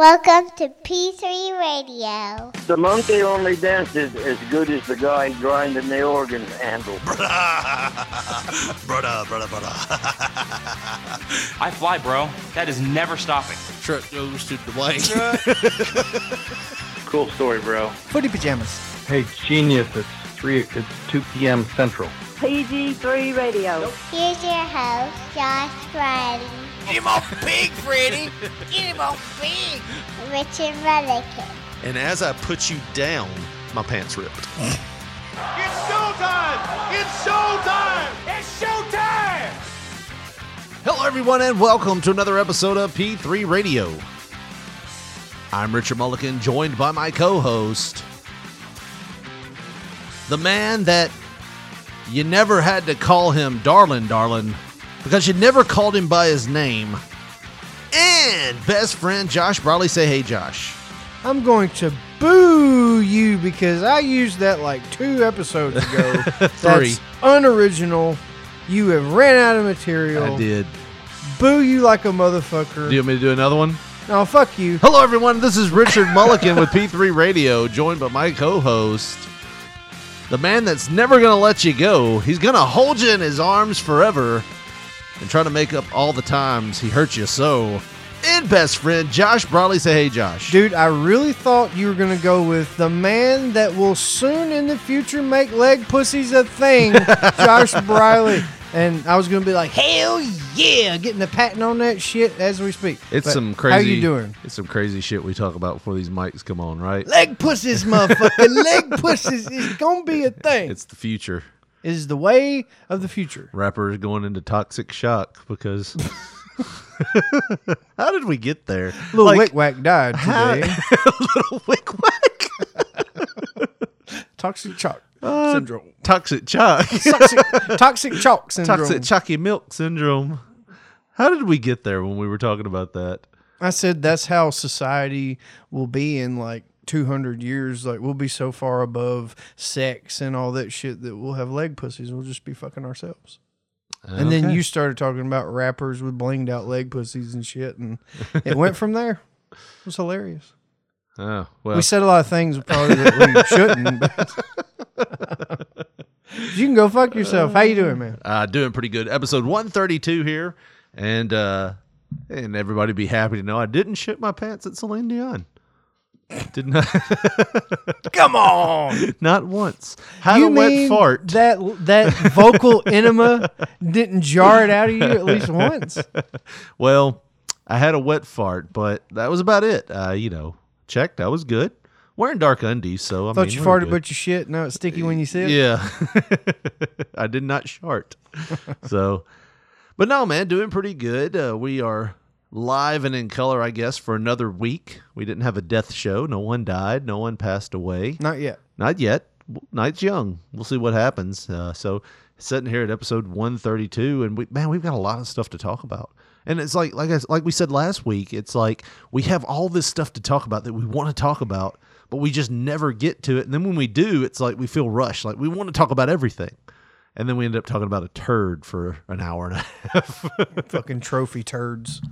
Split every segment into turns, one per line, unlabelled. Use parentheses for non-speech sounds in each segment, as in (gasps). Welcome to P3 Radio.
The monkey only dances as good as the guy grinding the organ handle.
(laughs) brother, brother, brother.
I fly, bro. That is never stopping.
Truck goes to Dwight.
Cool story, bro.
Footy pajamas.
Hey, genius! It's three. It's two p.m. Central.
PG3 Radio.
Here's your host, Josh Friday,
Get him off pig, Freddy. Get him off pig.
Richard Mullican.
and as I put you down, my pants ripped.
It's showtime. It's showtime. It's showtime.
Hello, everyone, and welcome to another episode of P3 Radio. I'm Richard Mulligan, joined by my co host, the man that you never had to call him Darlin' Darlin' because you never called him by his name, and best friend Josh Brawley. Say, hey, Josh.
I'm going to boo you because I used that like two episodes
(laughs)
ago.
Three.
That's unoriginal. You have ran out of material.
did.
Boo you like a
Do
motherfucker.
you want me to do another one?
No, fuck you.
Hello, everyone. This is Richard Mulligan with P3 Radio, joined by my co host, the man that's never going to let you go. He's going to hold you in his arms forever and try to make up all the times he hurt you so. And best friend, Josh Brawley. Say, hey, Josh.
Dude, I really thought you were going to go with the man that will soon in the future make leg pussies
(laughs)
a thing, Josh Briley. And I was going to be like, hell yeah, getting the patent on that shit as we speak.
It's
But
some crazy.
How you doing?
It's some crazy shit we talk about before these mics come on, right?
Leg pussies, (laughs) motherfucker. leg pussies is going to be a thing.
It's the future.
is the way of the future.
Rappers going into toxic shock
(laughs)
because. (laughs) How did we get there?
Little
Like,
Wick Wack (laughs) died
how-
today.
little (laughs) wick wack.
Toxic (laughs) chalk
Uh,
syndrome.
Toxic Chuck. (laughs)
Toxic, (laughs) toxic chalk syndrome.
Toxic Chucky Milk Syndrome. How did we get there when we were talking about that?
I said that's how society will be in like 200 years. Like we'll be so far above sex and all that shit that we'll have leg pussies. We'll just be fucking ourselves. And then
Okay.
you started talking about rappers with blinged out leg pussies and shit, and it went from there. It was hilarious.
Oh, well.
We said a lot of things probably that
(laughs)
we shouldn't. But you can go fuck yourself. How you doing, man?
uh, doing pretty good. Episode 132 here. And uh, and everybody be happy to know I didn't shit my pants at Celine Dion. Did (laughs) not.
Come on.
not once. Had a wet fart.
that that
(laughs)
vocal enema didn't jar it out of you at least once?
well, I had a wet fart, but that was about it. Uh, you know, checked. I was good. Wearing dark undies, so I
Thought
mean,
you
we were
farted,
good.
but you shit. Now it's sticky when you sit.
Yeah. (laughs) I did not shart. so, but no, man, doing pretty good. Uh, we are live and in color, I guess, for another week. We didn't have a death show. No one died. No one passed away.
Not yet.
Not yet. W- Night's young. We'll see what happens. Uh, so, sitting here at episode 132, and we, man, we've got a lot of stuff to talk about. And it's like, like, I, like we said last week, it's like we have all this stuff to talk about that we want to talk about, but we just never get to it. And then when we do, it's like we feel rushed. Like we want to talk about everything. And then we end up talking about a turd for an hour and a (laughs) half.
Fucking trophy turds.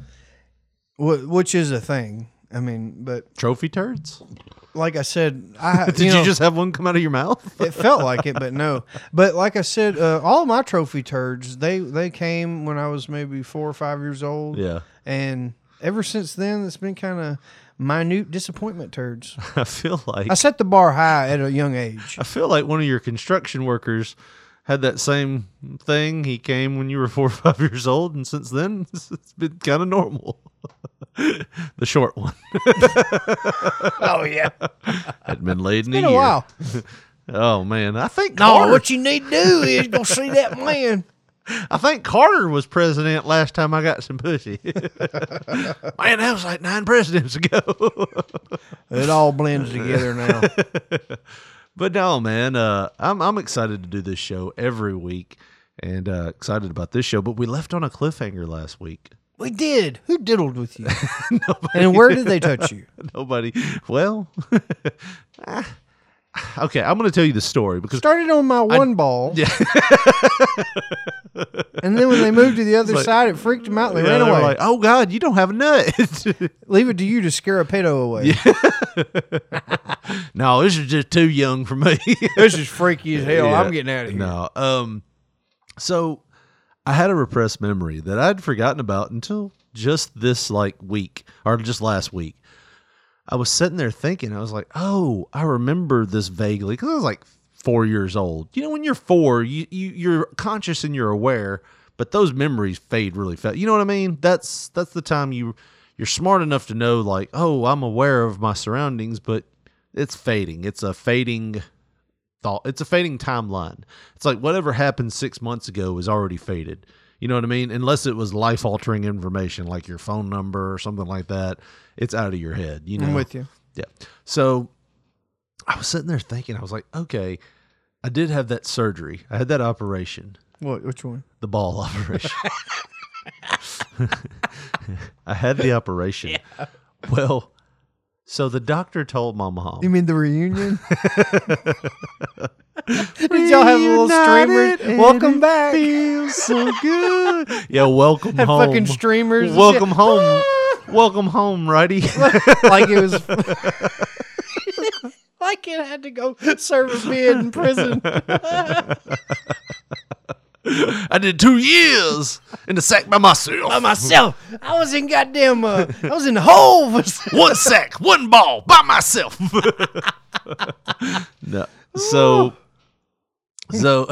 Wh- Which is a thing. I mean, but
Trophy turds?
like I said,
(laughs)
I
Did you,
know,
just have one come out of your mouth? (laughs)
it felt like it, but no. But like I said, uh, all my trophy turds they they came when I was maybe four or five years old.
yeah.
and ever since then, it's been kind of minute disappointment turds.
I feel like.
I set the bar high at a young age.
I feel like one of your construction workers had that same thing. He came when you were (laughs) four or five years old, and since then (laughs) it's it's been kind of normal. (laughs) the short one
(laughs) Oh yeah,
hadn't been laid in
been
a
a
year.
while.
Oh man, I think
No,
Carter,
what you need to do is go see that (laughs) man.
I think Carter was president last time I got some pussy. (laughs) man, that was like nine presidents ago. (laughs)
It all blends together now.
But no, man, uh, I'm I'm excited to do this show every week, and uh, excited about this show. But we left on a cliffhanger last week.
(laughs) We did. Who diddled (laughs) with you? and where did they touch you?
Nobody. Well, ah, (laughs) Okay, I'm going to tell you the story because
(laughs) Started on my one ball.
Yeah.
(laughs) and then when they moved to the other
like-
side, it freaked them out. They
Yeah,
ran
they were
away.
like, "Oh God, you don't have a nut." (laughs)
Leave it to you to scare a pedo (laughs) away.
no, this is just too young for me. (laughs)
This is freaky as hell.
Yeah.
I'm getting out of here.
No. Um so I had a repressed memory that I'd forgotten about until just this like week or just last week. I was sitting there thinking, I was like, oh, I remember this vaguely because I was like four years old. You know, when you're four, you, you you're conscious and you're aware, but those memories fade really fast. You know what I mean? That's that's the time you you're smart enough to know like, oh, I'm aware of my surroundings, but it's fading. It's a fading thought. It's a fading timeline. It's like whatever happened six months ago is already faded. You know what I mean? Unless it was life altering information like your phone number or something like that, it's out of your head. You know,
I'm with you.
yeah. So I was sitting there thinking, I was like, okay, I did have that surgery. I had that operation,
What? Which one?
the ball (laughs) operation. I had the operation. Well, so the doctor told my mom.
You mean the reunion? Did y'all have a little
Reunited
streamer? Welcome
and
back.
feels (laughs) (laughs) so good. Yeah, welcome
Had
home.
fucking streamers. and
Welcome
(laughs) shit. Ah.
home. welcome home, righty.
like it was. (laughs) like it had to go serve a bid in prison.
(laughs) I did two years in the sack by myself. By
Myself, I was in goddamn. Uh, I was in the (laughs)
(laughs)
hole.
one sack, one ball by myself. (laughs) no. So
(laughs)
so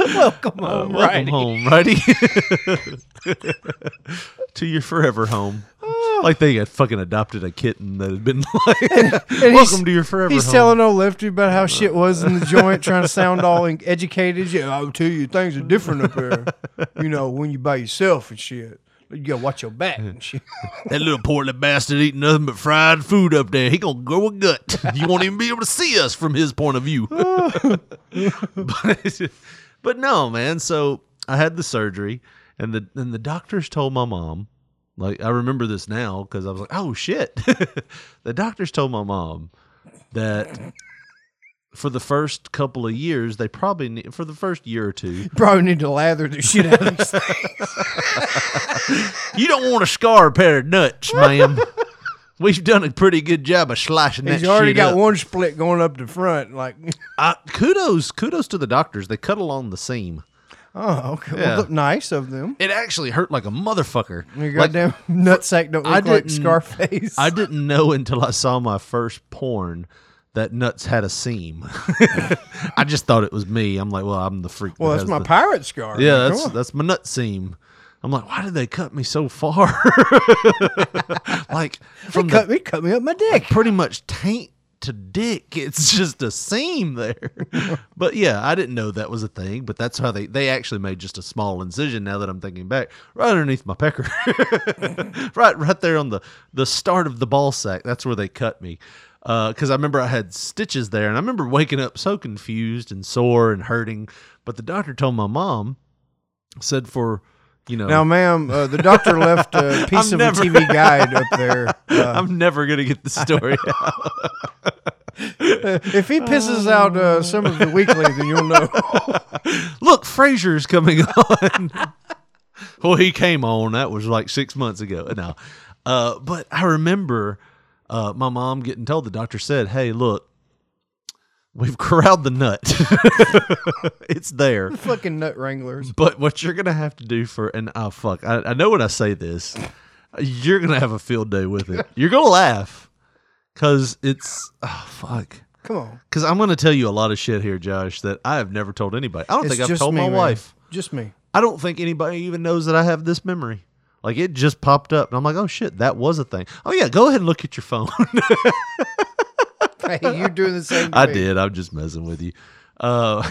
Uh, Welcome home,
welcome home, righty. (laughs) to your forever home.
Ah.
Like they had fucking adopted a kitten that had been (laughs) like
And he's-
Welcome to your forever
He's
home.
telling old Lefty about how shit
(laughs)
was in the joint, trying to sound all in- educated. Yeah, I'll tell you, things are different up there. You know, when you by yourself and shit, you gotta watch your back and shit.
That little portly bastard eating nothing but fried food up there. He gonna grow a gut. You won't even be able to see us from his point of view. (laughs) but, but no, man. So I had the surgery, and the and the doctors told my mom. Like I remember this now because I was like, oh shit. (laughs) the doctors told my mom that for the first couple of years, they probably ne- for the first year or two,
Probably need to lather the shit out of
(laughs)
these things.
You don't want to scar a pair of nuts, ma'am. We've done a pretty good job of slicing that
He's already
shit
got
up.
one split going up the front. Like, (laughs)
Uh, kudos, kudos to the doctors. They cut along the seam.
oh, okay,
Yeah.
well, look nice of them.
It actually hurt like a motherfucker.
Your
Like,
goddamn (laughs) nutsack don't
I
look like
didn't-
Scarface.
I didn't know until I saw my first porn that nuts had a seam. (laughs) I just thought it was me. I'm like, well, I'm the freak.
(laughs) well,
that
that's
has
my
the-
pirate scar.
Yeah,
Come
that's
on.
that's my nut seam. I'm like, why did they cut me so far? (laughs) like from
They
the
cut, me, cut me up my dick.
(laughs) pretty much taint to dick. (laughs) It's just a seam there. but yeah, I didn't know that was a thing, but that's how they they actually made just a small incision now that I'm thinking back, right underneath my pecker. (laughs) right right there on the the start of the ball sack. That's where they cut me. Because I remember I had stitches there, and I remember waking up so confused and sore and hurting. But the doctor told my mom, said for, you know,
Now, ma'am, uh, the doctor left a
(laughs)
piece
I'm
of
never-
a TV guide
(laughs)
up there. Uh,
I'm never gonna get the story out.
Uh, If he pisses
Oh.
out uh, some of the weekly, then
(laughs)
you'll know. (laughs)
look, Frasier's coming (laughs) on. well, he came on. That was like six months ago. No, uh, but I remember uh, my mom getting told. The doctor said, "Hey, look, we've corralled the nut. (laughs) it's there."
Fucking nut wranglers.
But what you're gonna have to do for and oh fuck, I, I know when I say this, you're gonna have a field day with it. You're gonna laugh because it's oh fuck.
Come on.
Because I'm gonna tell you a lot of shit here, Josh, that I have never told anybody. I don't
It's
think I've
just
told
me,
my
man.
wife.
Just me. (laughs)
I don't think anybody even knows that I have this memory. Like it just popped up, and I'm like, oh shit, that was a thing. Oh yeah, go ahead and look at your phone. (laughs)
Hey, you doing the same? to
I
me.
did. I'm just messing with you. Uh,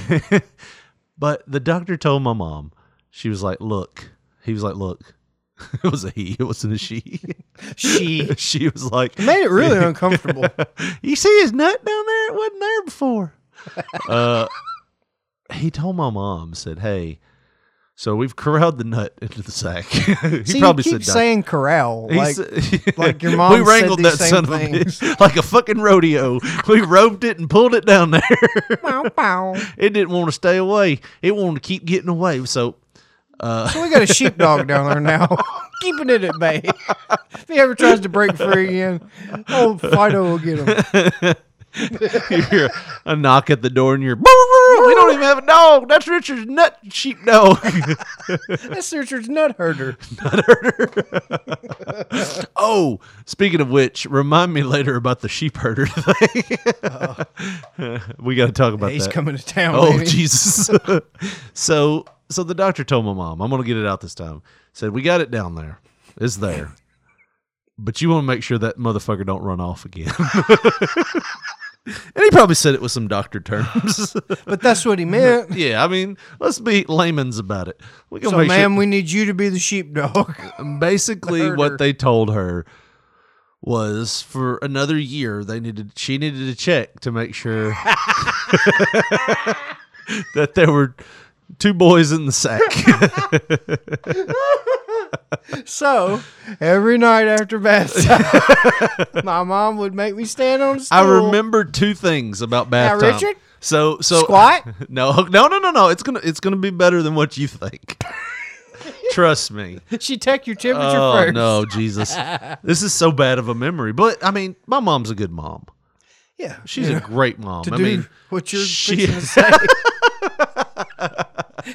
(laughs) but the doctor told my mom, she was like, look, he was like, look, (laughs) it was a he, it wasn't a she.
(laughs) She
(laughs) she was like,
made it
(laughs)
really uncomfortable.
you see his nut down there? It wasn't there
(laughs)
before. uh, he told my mom, said, Hey, So we've corralled the nut into the sack. (laughs) he
See,
probably
you
said
keep
"Duck."
saying corral.
He (laughs)
Like,
sa-
like your mom
we
said
wrangled
these
that son
same things.
of a bitch (laughs) like a fucking rodeo. We roped it and pulled it down there. (laughs)
pow, pow.
it didn't want to stay away. It wanted to keep getting away. So (laughs)
So we got a sheepdog down there now, (laughs) keeping it at bay. if he ever tries to break free again, old Fido will get him.
you hear a knock at the door and you're, "Brr, brr, we don't even have a dog. That's Richard's nut sheep dog. (laughs)
That's Richard's nut herder.
oh, speaking of which, remind me later about the sheep herder (laughs) thing. (laughs) we got to talk about
He's
that.
coming to town.
Oh
baby. (laughs)
Jesus! so so the doctor told my mom, "I'm gonna get it out this time." Said we got it down there. It's there, but you want to make sure that motherfucker don't run off again. (laughs) and he probably said it with some doctor terms. (laughs)
But that's what he meant.
yeah, I mean, let's be layman's about it. We gonna
So,
make sure-
ma'am, we need you to be the sheepdog.
basically
Murder.
what they told her was for another year they needed she needed to check to make
(laughs)
sure that there were two boys in the
(laughs)
sack
So every night
(laughs)
after bath time, my mom would make me stand on a stool.
i remember two things about bath
Now,
time
Richard?
so so (laughs)
Squat?
no no no no no it's gonna it's gonna be better than what you
(laughs)
think trust me
She'd take your temperature
oh
first.
no jesus this is so bad of a memory but i mean my mom's a good mom
Yeah.
she's a great mom
to
i
do
mean
what
(laughs)
you're
she-
fixing to say. (laughs)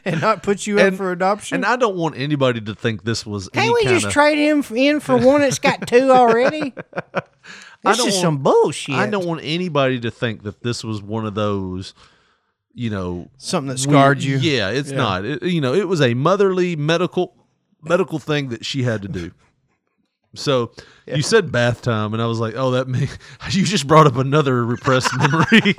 and not put you up
And-
for adoption.
And I don't want anybody to think this was.
Can't
any
we
kinda,
just trade him f- in for one that's got two
(laughs)
already? This
don't
is
want-
some bullshit.
I don't want anybody to think that this was one of those, you know,
something that scarred
we-
you.
Yeah, it's not. It, you know, it was a motherly medical medical thing that she had to do. So you said bath time, and I was like, "Oh, that me." (laughs) You just brought up another
(laughs)
repressed memory,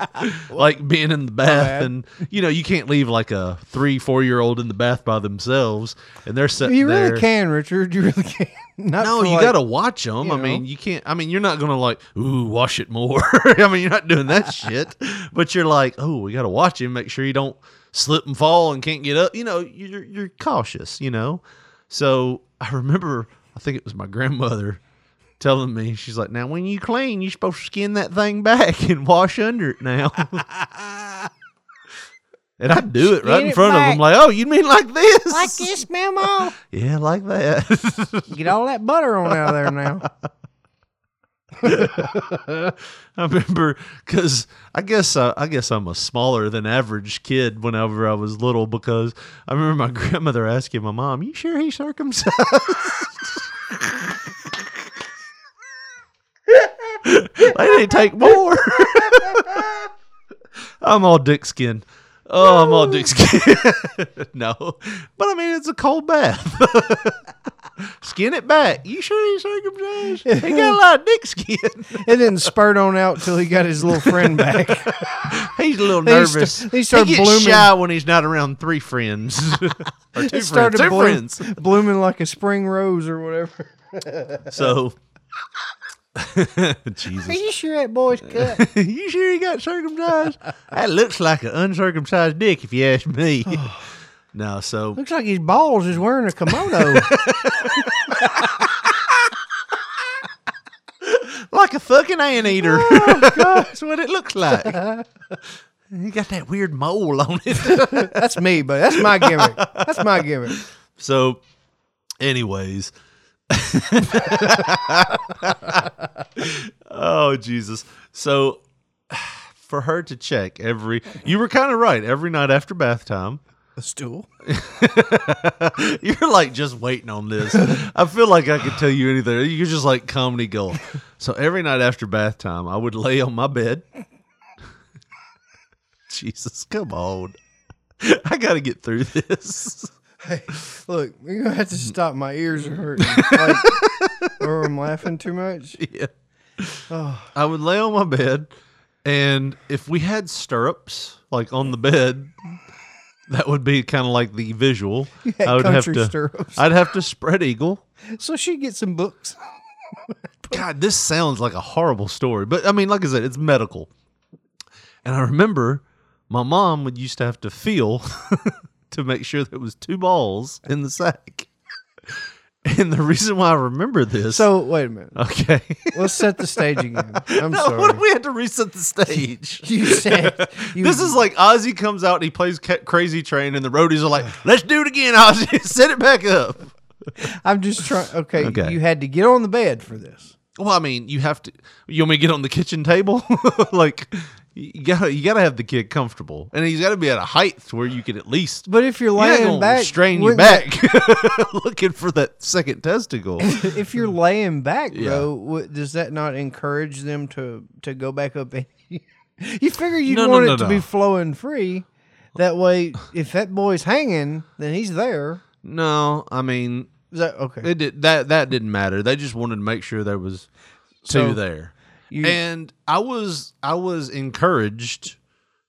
like being in the bath,
bad.
and you know, you can't leave like a three, four year old in the bath by themselves, and they're sitting
You really
there.
can, Richard. You really can. (laughs) Not
No,
for
you
like-
gotta watch them.
you
I mean,
know.
you can't. I mean, you're not gonna like, ooh, wash it more. (laughs) I mean, you're not doing that
(laughs)
shit. But you're like, oh, we gotta watch him, make sure he don't slip and fall and can't get up. You know, you're you're cautious. You know. So I remember, I think it was my grandmother telling me, she's like, now when you clean, you're supposed to skin that thing back and wash under it
(laughs)
now. and I do it right
Skin
in
it
front of
back.
them, like, oh, you mean like this?
(laughs) Like this, Mama.
(laughs) Yeah, like that. (laughs)
Get all that butter on out of there now.
(laughs) I remember because I guess uh, I guess I'm a smaller than average kid whenever I was little because I remember my (laughs) grandmother asking my mom, "You sure he's circumcised?" (laughs) they didn't take more. (laughs) I'm all dick skin. Oh, I'm all dick skin. (laughs) no, but I mean it's a cold bath. (laughs) skin it back. You sure he's circumcised? He got a lot of dick skin.
It didn't spurt on out till he got his little
(laughs)
friend back.
He's a little
He sta-
nervous.
he started
gets
blooming.
shy when he's not around three friends. (laughs) or two
It
friends.
started
Two
bloom-
friends.
blooming like a spring rose or whatever. (laughs)
So (laughs)
Are
Jesus. (laughs)
you sure that boy's cut?
you sure he got circumcised? that looks like an uncircumcised dick if you ask
(sighs)
me. no, so
Looks like his balls is wearing a kimono.
like a fucking anteater.
Oh,
(laughs) That's what it looks
(laughs)
like. You got that weird mole on it. (laughs)
That's me, but that's my gimmick. That's my gimmick.
so anyways. (laughs) Oh Jesus! So for her to check every, you were kind of right. Every night after bath time, (laughs)
A stool.
you're like just waiting on this. I feel like I could tell you anything. You're just like comedy gold. So every night after bath time, I would lay on my bed. (laughs) Jesus, come on! (laughs) I got to get through this. (laughs)
Look, you're gonna have to stop. My ears are hurting. Like, or I'm laughing too much.
Yeah. I would lay on my bed, and if we had stirrups like on the bed, that would be kind of like the
(laughs)
visual.
had
I would
country stirrups.
I'd have to spread
(laughs)
eagle.
So she gets some books.
God, this sounds like a horrible story, but I mean, like I said, it's medical. And I remember my mom would used to have to feel (laughs) to make sure there was two balls in the sack. (laughs) And the reason why I remember this,
So wait a minute.
(laughs)
(laughs)
okay,
Let's set the
(laughs)
stage again. I'm
no,
sorry.
what if we had to reset the
(laughs)
stage?
you said
(laughs)
you,
this is like Ozzy comes out and he plays Ca- Crazy Train, and the roadies are
(sighs)
like, "Let's do it again, Ozzy, (laughs) set it back up."
I'm just trying. Okay,
Okay.
you had to get on the bed for this.
Well, I mean, you have to. You want me to get on the kitchen table? (laughs) like, you gotta, you gotta have the kid comfortable, and he's got to be at a height where you can at least.
But if you're
You're not
laying
gonna
back,
strain your
wouldn't
back (laughs) looking for that second testicle.
that- (laughs) if you're laying back,
Yeah.
bro, what, does that not encourage them to to go back up? and- (laughs) you figure you'd
No, no,
want
no,
it to
no.
be flowing free. That way, if that boy's hanging, then he's there.
no, I mean,
Is that okay?
it did, that that didn't matter. They just wanted to make sure there was two
So,
there.
you-
and I was I was encouraged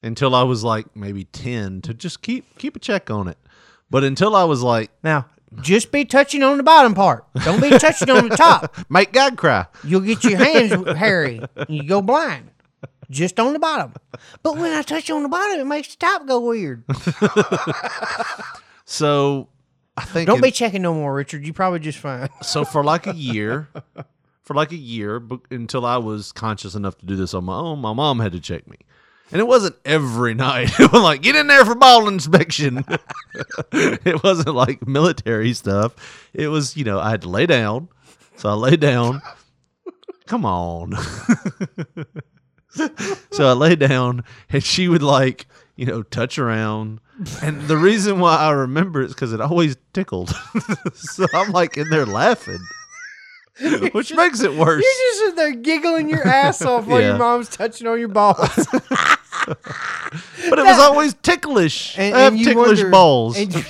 until I was like maybe 10 to just keep keep a check on it. But until I was like,
Now, just be touching on the bottom part. Don't be touching on the top.
make God cry.
You'll get your hands hairy and you go blind. Just on the bottom. But when I touch on the bottom, it makes the top go weird.
(laughs) So I think
Don't
it-
be checking no more, Richard. You probably just fine.
so for like a year for like a year but until i was conscious enough to do this on my own my mom had to check me and it wasn't every night (laughs) it was like get in there for ball inspection (laughs) it wasn't like military stuff it was you know i had to lay down so i lay down come on (laughs) so I lay down and she would like, you know, touch around. And the reason why I remember it is because it always tickled. (laughs) so I'm like in there
(laughs)
laughing, which makes it worse.
You're just in there giggling your ass off while
Yeah.
your mom's touching on
(laughs)
your balls.
But it was always ticklish. I have
you
ticklish
wonder-
balls.
and you-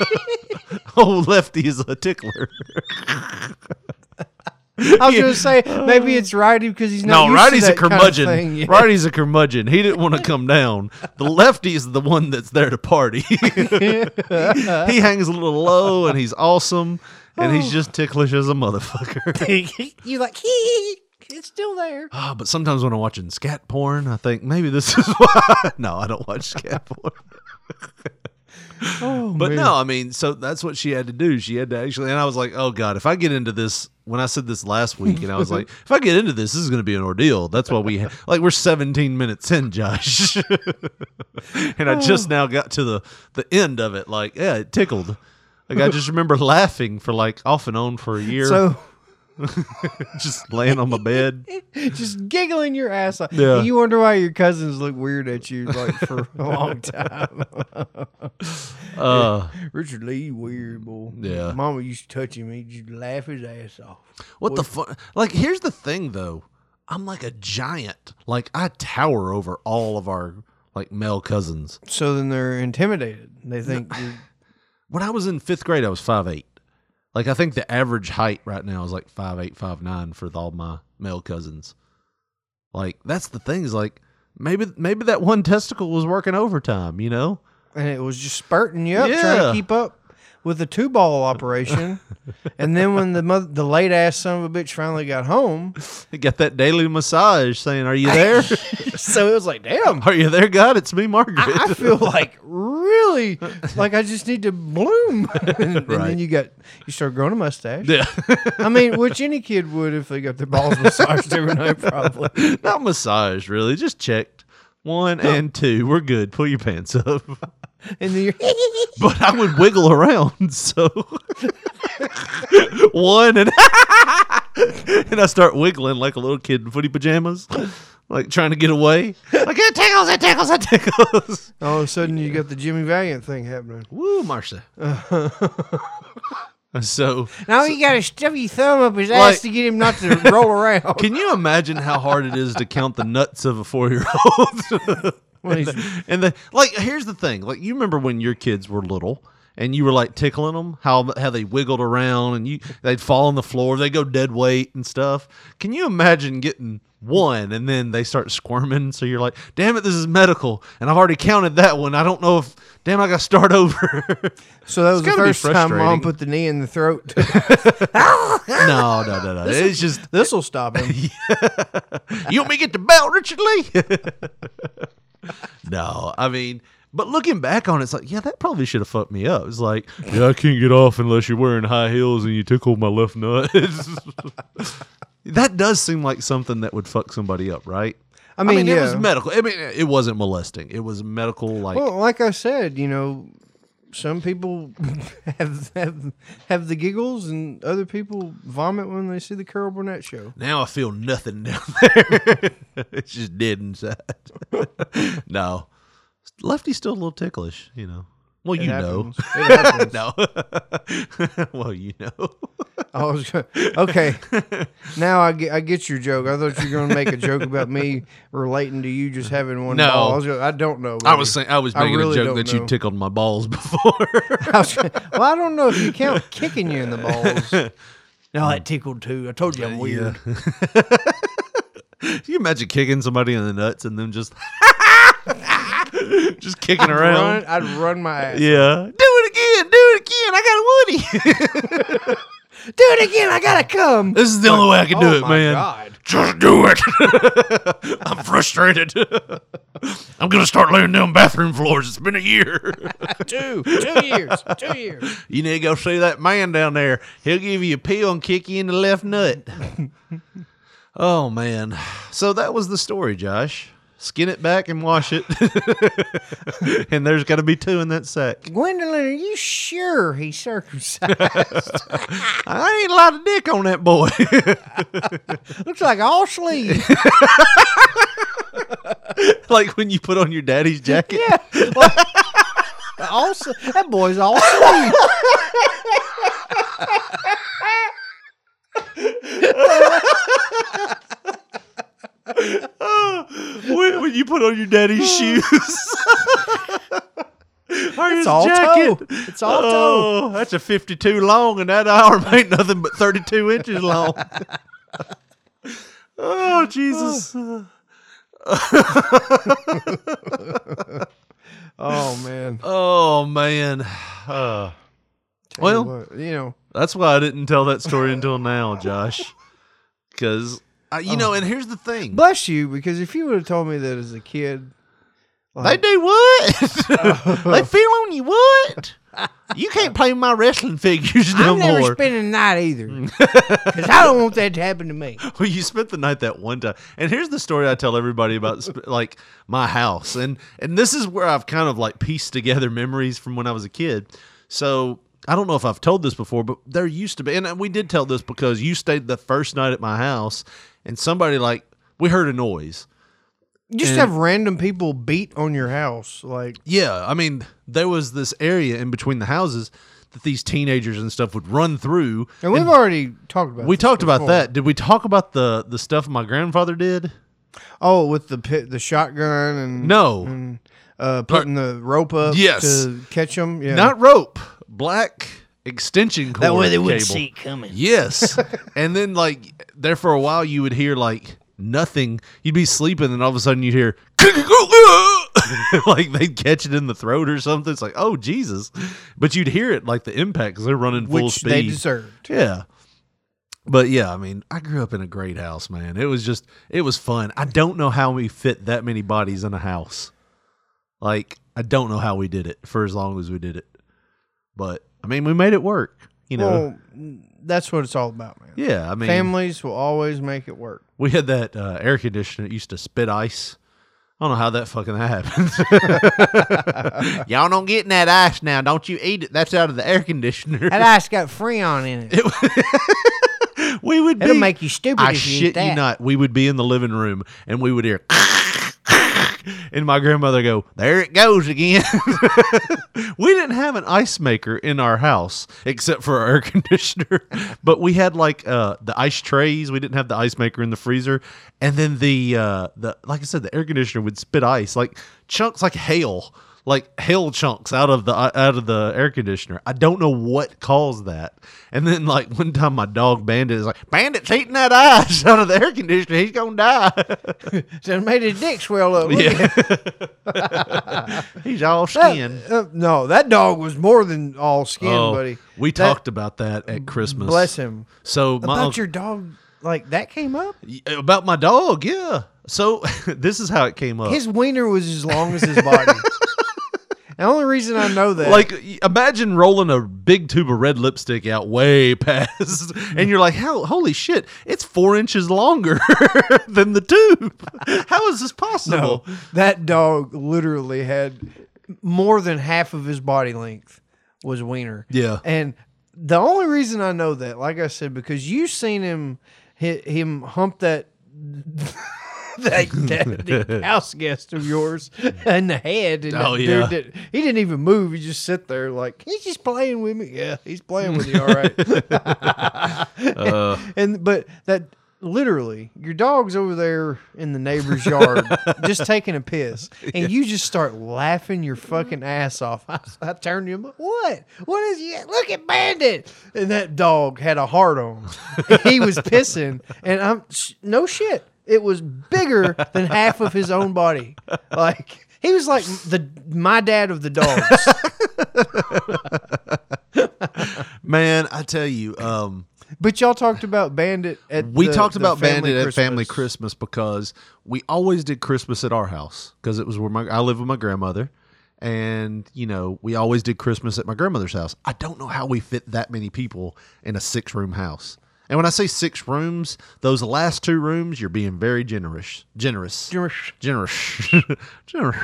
(laughs) oh, Lefty is a
(laughs)
tickler.
I was going to say, maybe it's Righty because he's not
No,
used
righty's
to
a
that kind of
curmudgeon.
thing yet.
Righty's a curmudgeon. He didn't want to come down.
(laughs)
The lefty is the one that's there to party. (laughs) he hangs a little low and he's awesome and
Oh.
he's just ticklish as a
(laughs)
motherfucker.
you like, hee, it's still there.
Ah, but sometimes when I'm watching scat porn, I think maybe this is (laughs) why. no, I don't watch scat porn.
Oh,
(gasps) But
man.
no, I mean, so that's what she had to do. She had to actually, and I was like, oh God, if I get into this, when I said this last week, and I was like, if I get into this, this is going to be an ordeal. That's why we, ha- (laughs) like, we're 17 minutes in, Josh. (laughs) and I just now got to the, the end of it. Like, yeah, it tickled. Like, I just remember laughing for like off and on for a year,
So
(laughs)
(laughs)
just laying on my (laughs) bed.
just giggling your ass off.
Yeah.
You wonder why your cousins look weird at you like for a long time. (laughs)
Uh,
Richard Lee, weird boy.
Yeah.
Mama used to touch him. He'd just laugh his ass off.
What the fuck? Like, here's the thing, though. I'm like a giant. Like, I tower over all of our like male cousins.
So then they're intimidated. They think you're
when I was in fifth grade, I was five eight. Like I think the average height right now is like five eight, five nine for all my male cousins. Like that's the thing is like maybe maybe that one testicle was working overtime, you know? (laughs)
and it was just spurting you up, trying
Yeah.
to keep up with the two ball
(laughs)
operation. and then when the mother, the late ass son of a bitch finally got home,
They got that daily massage saying, "Are you there?
(laughs) so it was like, damn,
Are you there, God? It's me, Margaret."
I, I feel like really like I just need to bloom. (laughs) and, and
Right.
then you got you start growing a mustache.
yeah.
I mean, which any kid would if they got their balls massaged every night, probably.
(laughs) Not massage, really. Just checked. One and two, we're good. Pull your pants up. (laughs)
And then you're
But I would wiggle around, (laughs) so one and (laughs) and I start wiggling like a little kid in footy pajamas, like trying to get away. Like it tickles, it tickles, it tickles.
all of a sudden you got the Jimmy Valiant thing happening.
Woo, Marcia. (laughs) so,
Now you got to stuff your thumb up his
Like-
ass to get him not to (laughs) roll around.
can you imagine how hard it is to count the nuts of a four-year-old? (laughs)
When he's-
and the like here's the thing like you remember when your kids were little and you were like tickling them how how they wiggled around and you they'd fall on the floor they go dead weight and stuff can you imagine getting one and then they start squirming so you're like damn it this is medical and i've already counted that one i don't know if damn i gotta start over (laughs)
So that was the
gotta be
first time
frustrating.
mom put the knee in the throat. (laughs)
no no no no it's just
this will stop him.
you want me to get the belt richard lee (laughs) no i mean But looking back on it, it's like, yeah, that probably should have fucked me up. It's like, yeah, I can't get off unless you're wearing high heels and you tickle my left nut. (laughs) that does seem like something that would fuck somebody up, right?
I mean,
it
yeah.
was medical. I mean, it wasn't molesting. It was medical, like
well, like I said, you know, some people (laughs) have have have the giggles, and other people vomit when they see the Carol Burnett show.
Now I feel nothing (laughs) down there. (laughs) it's just dead inside. (laughs) no. Lefty's still a little ticklish, you know. Well,
It
you
happens.
know.
It happens.
(laughs) No. well, you know.
I was go- okay. Now I get I get your joke. I thought you were going to make a joke about me relating to you just having one
No.
ball. I, was go- I don't know.
I
buddy.
was saying I was
I
making
really
a joke
don't
that
know.
you tickled my balls (laughs) before.
I was- well, I don't know if you count kicking you in the
(laughs)
balls. No, that tickled too. I told you I'm weird.
Can (laughs) you imagine kicking somebody in the nuts and them just (laughs) just kicking around?
Run, I'd run my ass.
Yeah. Do it again. Do it again. I got a Woody. (laughs)
Do it again. I gotta come.
This is the only way I can do
oh
it,
my
man.
God.
Just do it. (laughs) I'm frustrated. I'm gonna start laying down bathroom floors. It's been a year.
Two, two years, two years.
you need to go see that man down there. He'll give you a pill and kick you in the left
(laughs)
nut. oh man. So that was the story, Josh. Skin it back and wash it. (laughs) and there's gotta be two in that sack.
(laughs) Gwendolyn, are you sure he's circumcised?
I ain't a lot of dick on that boy. (laughs)
Looks like all sleeves.
like when you put on your daddy's jacket.
Yeah. Like, all sle- that boy's all
(laughs)
sleeves.
when, when you put on your
(laughs)
daddy's shoes. (laughs) Or his
all
jacket.
toe. It's all
oh, That's a 52 long, and that arm (laughs) ain't nothing but 32 inches (laughs) long. oh, Jesus.
Oh man.
Oh, man. Uh, well,
But, you know,
That's why I didn't tell that story until (laughs) now, Josh. um, Because, Uh, you know, and here's the thing.
bless you, because if you would have told me that as a kid,
They do (laughs) what? they feel on you (laughs) what? You can't play with my wrestling figures no
I'm never
more. Mm.
spending the night either, (laughs) because I don't want that to happen
(laughs)
to me.
well, you spent the night that one time. And here's the story I tell everybody about
(laughs)
sp- like my house. And and this is where I've kind of like pieced together memories from when I was a kid. So I don't know if I've told this before, but there used to be, and we did tell this because you stayed the first night at my house, and somebody like we heard a noise.
You just
And-
have random people beat on your house, like
Yeah, I mean, there was this area in between the houses that these teenagers and stuff would run through.
and we've already talked about.
We
this
talked about
before.
that. Did we talk about the the stuff my grandfather did?
Oh, with the pit, the shotgun and
No.
and, uh, putting the rope up
Yes.
to catch them. Yeah,
Not rope, black extension cord. That way they would see it coming. (laughs) Yes. and then like there for a while you would hear like nothing. You'd be sleeping and all of a sudden you'd hear (laughs) like they'd catch it in the throat or something. It's like, oh Jesus. But you'd hear it like the impact because they're running full
which
speed.
they deserved.
Yeah. But yeah, I mean, I grew up in a great house, man. It was just it was fun. I don't know how we fit that many bodies in a house. Like, I don't know how we did it for as long as we did it. But I mean, we made it work, you know.
Well, that's what it's all about, man.
yeah, I mean,
Families will always make it work.
we had that uh, air conditioner that used to spit ice. I don't know how that fucking
(laughs)
happens. (laughs) Y'all don't get in that ice now. Don't you eat it. That's out of the air conditioner.
ice got freon in
(laughs)
it.
we would be,
It'll make you stupid
I
if you eat
shit you
that.
not. We would be in the living room and we would hear, (laughs) and my grandmother go, "There it goes again." we didn't have an ice maker in our house except for our (laughs) air conditioner, but we had like uh, the ice trays. We didn't have the ice maker in the freezer, and then the uh, the like I said, the air conditioner would spit ice like chunks like hail. Like hail chunks out of the uh, out of the air conditioner. I don't know what caused that. And then like one time, my dog Bandit is like, "Bandit's eating that ice out of the air conditioner. He's gonna die." (laughs)
So it made his dick swell up. Look at
Yeah. He's all
that.
skin.
Uh, no, that dog was more than all skin,
Oh,
buddy.
We
That-
talked about that at Christmas.
Bless him.
So
I
my
thought
unc-
your dog like that came up.
about my dog, yeah. So (laughs) this is how it came up. (laughs)
His wiener was as long as his body. The only reason I know that,
Like, y- imagine rolling a big tube of red lipstick out way (laughs) past, and you're like, "How? Holy shit! It's four inches longer (laughs) than the tube. How is this
no,
possible?"
that dog literally had more than half of his body length was wiener.
Yeah.
and the only reason I know that, like I said, because you seen him hit him hump that. (laughs)
(laughs)
that, that house guest of yours in the head, and
Oh,
that
yeah.
dude did, he didn't even move. He just sit there like he's just playing with me. Yeah, he's playing with you, all right.
(laughs)
and but that literally your dog's over there in the neighbor's
(laughs)
yard just taking a piss and you just start laughing your fucking ass off (laughs) i, I turned to him what what is he look at bandit and that dog had a heart on he was pissing and i'm sh- no shit it was bigger than half of his own body like he was like the my dad of the
(laughs)
dogs
Man, I tell you, um,
but y'all talked about bandit at
we
the-
talked
the
about
family
Bandit
Christmas.
at family Christmas because we always did Christmas at our house because it was where my I live with my grandmother, and you know we always did Christmas at my grandmother's house. I don't know how we fit that many people in a six room house. And when I say six rooms, those last two rooms, you're being very generous, generous,
Generous.
generous, (laughs) generous.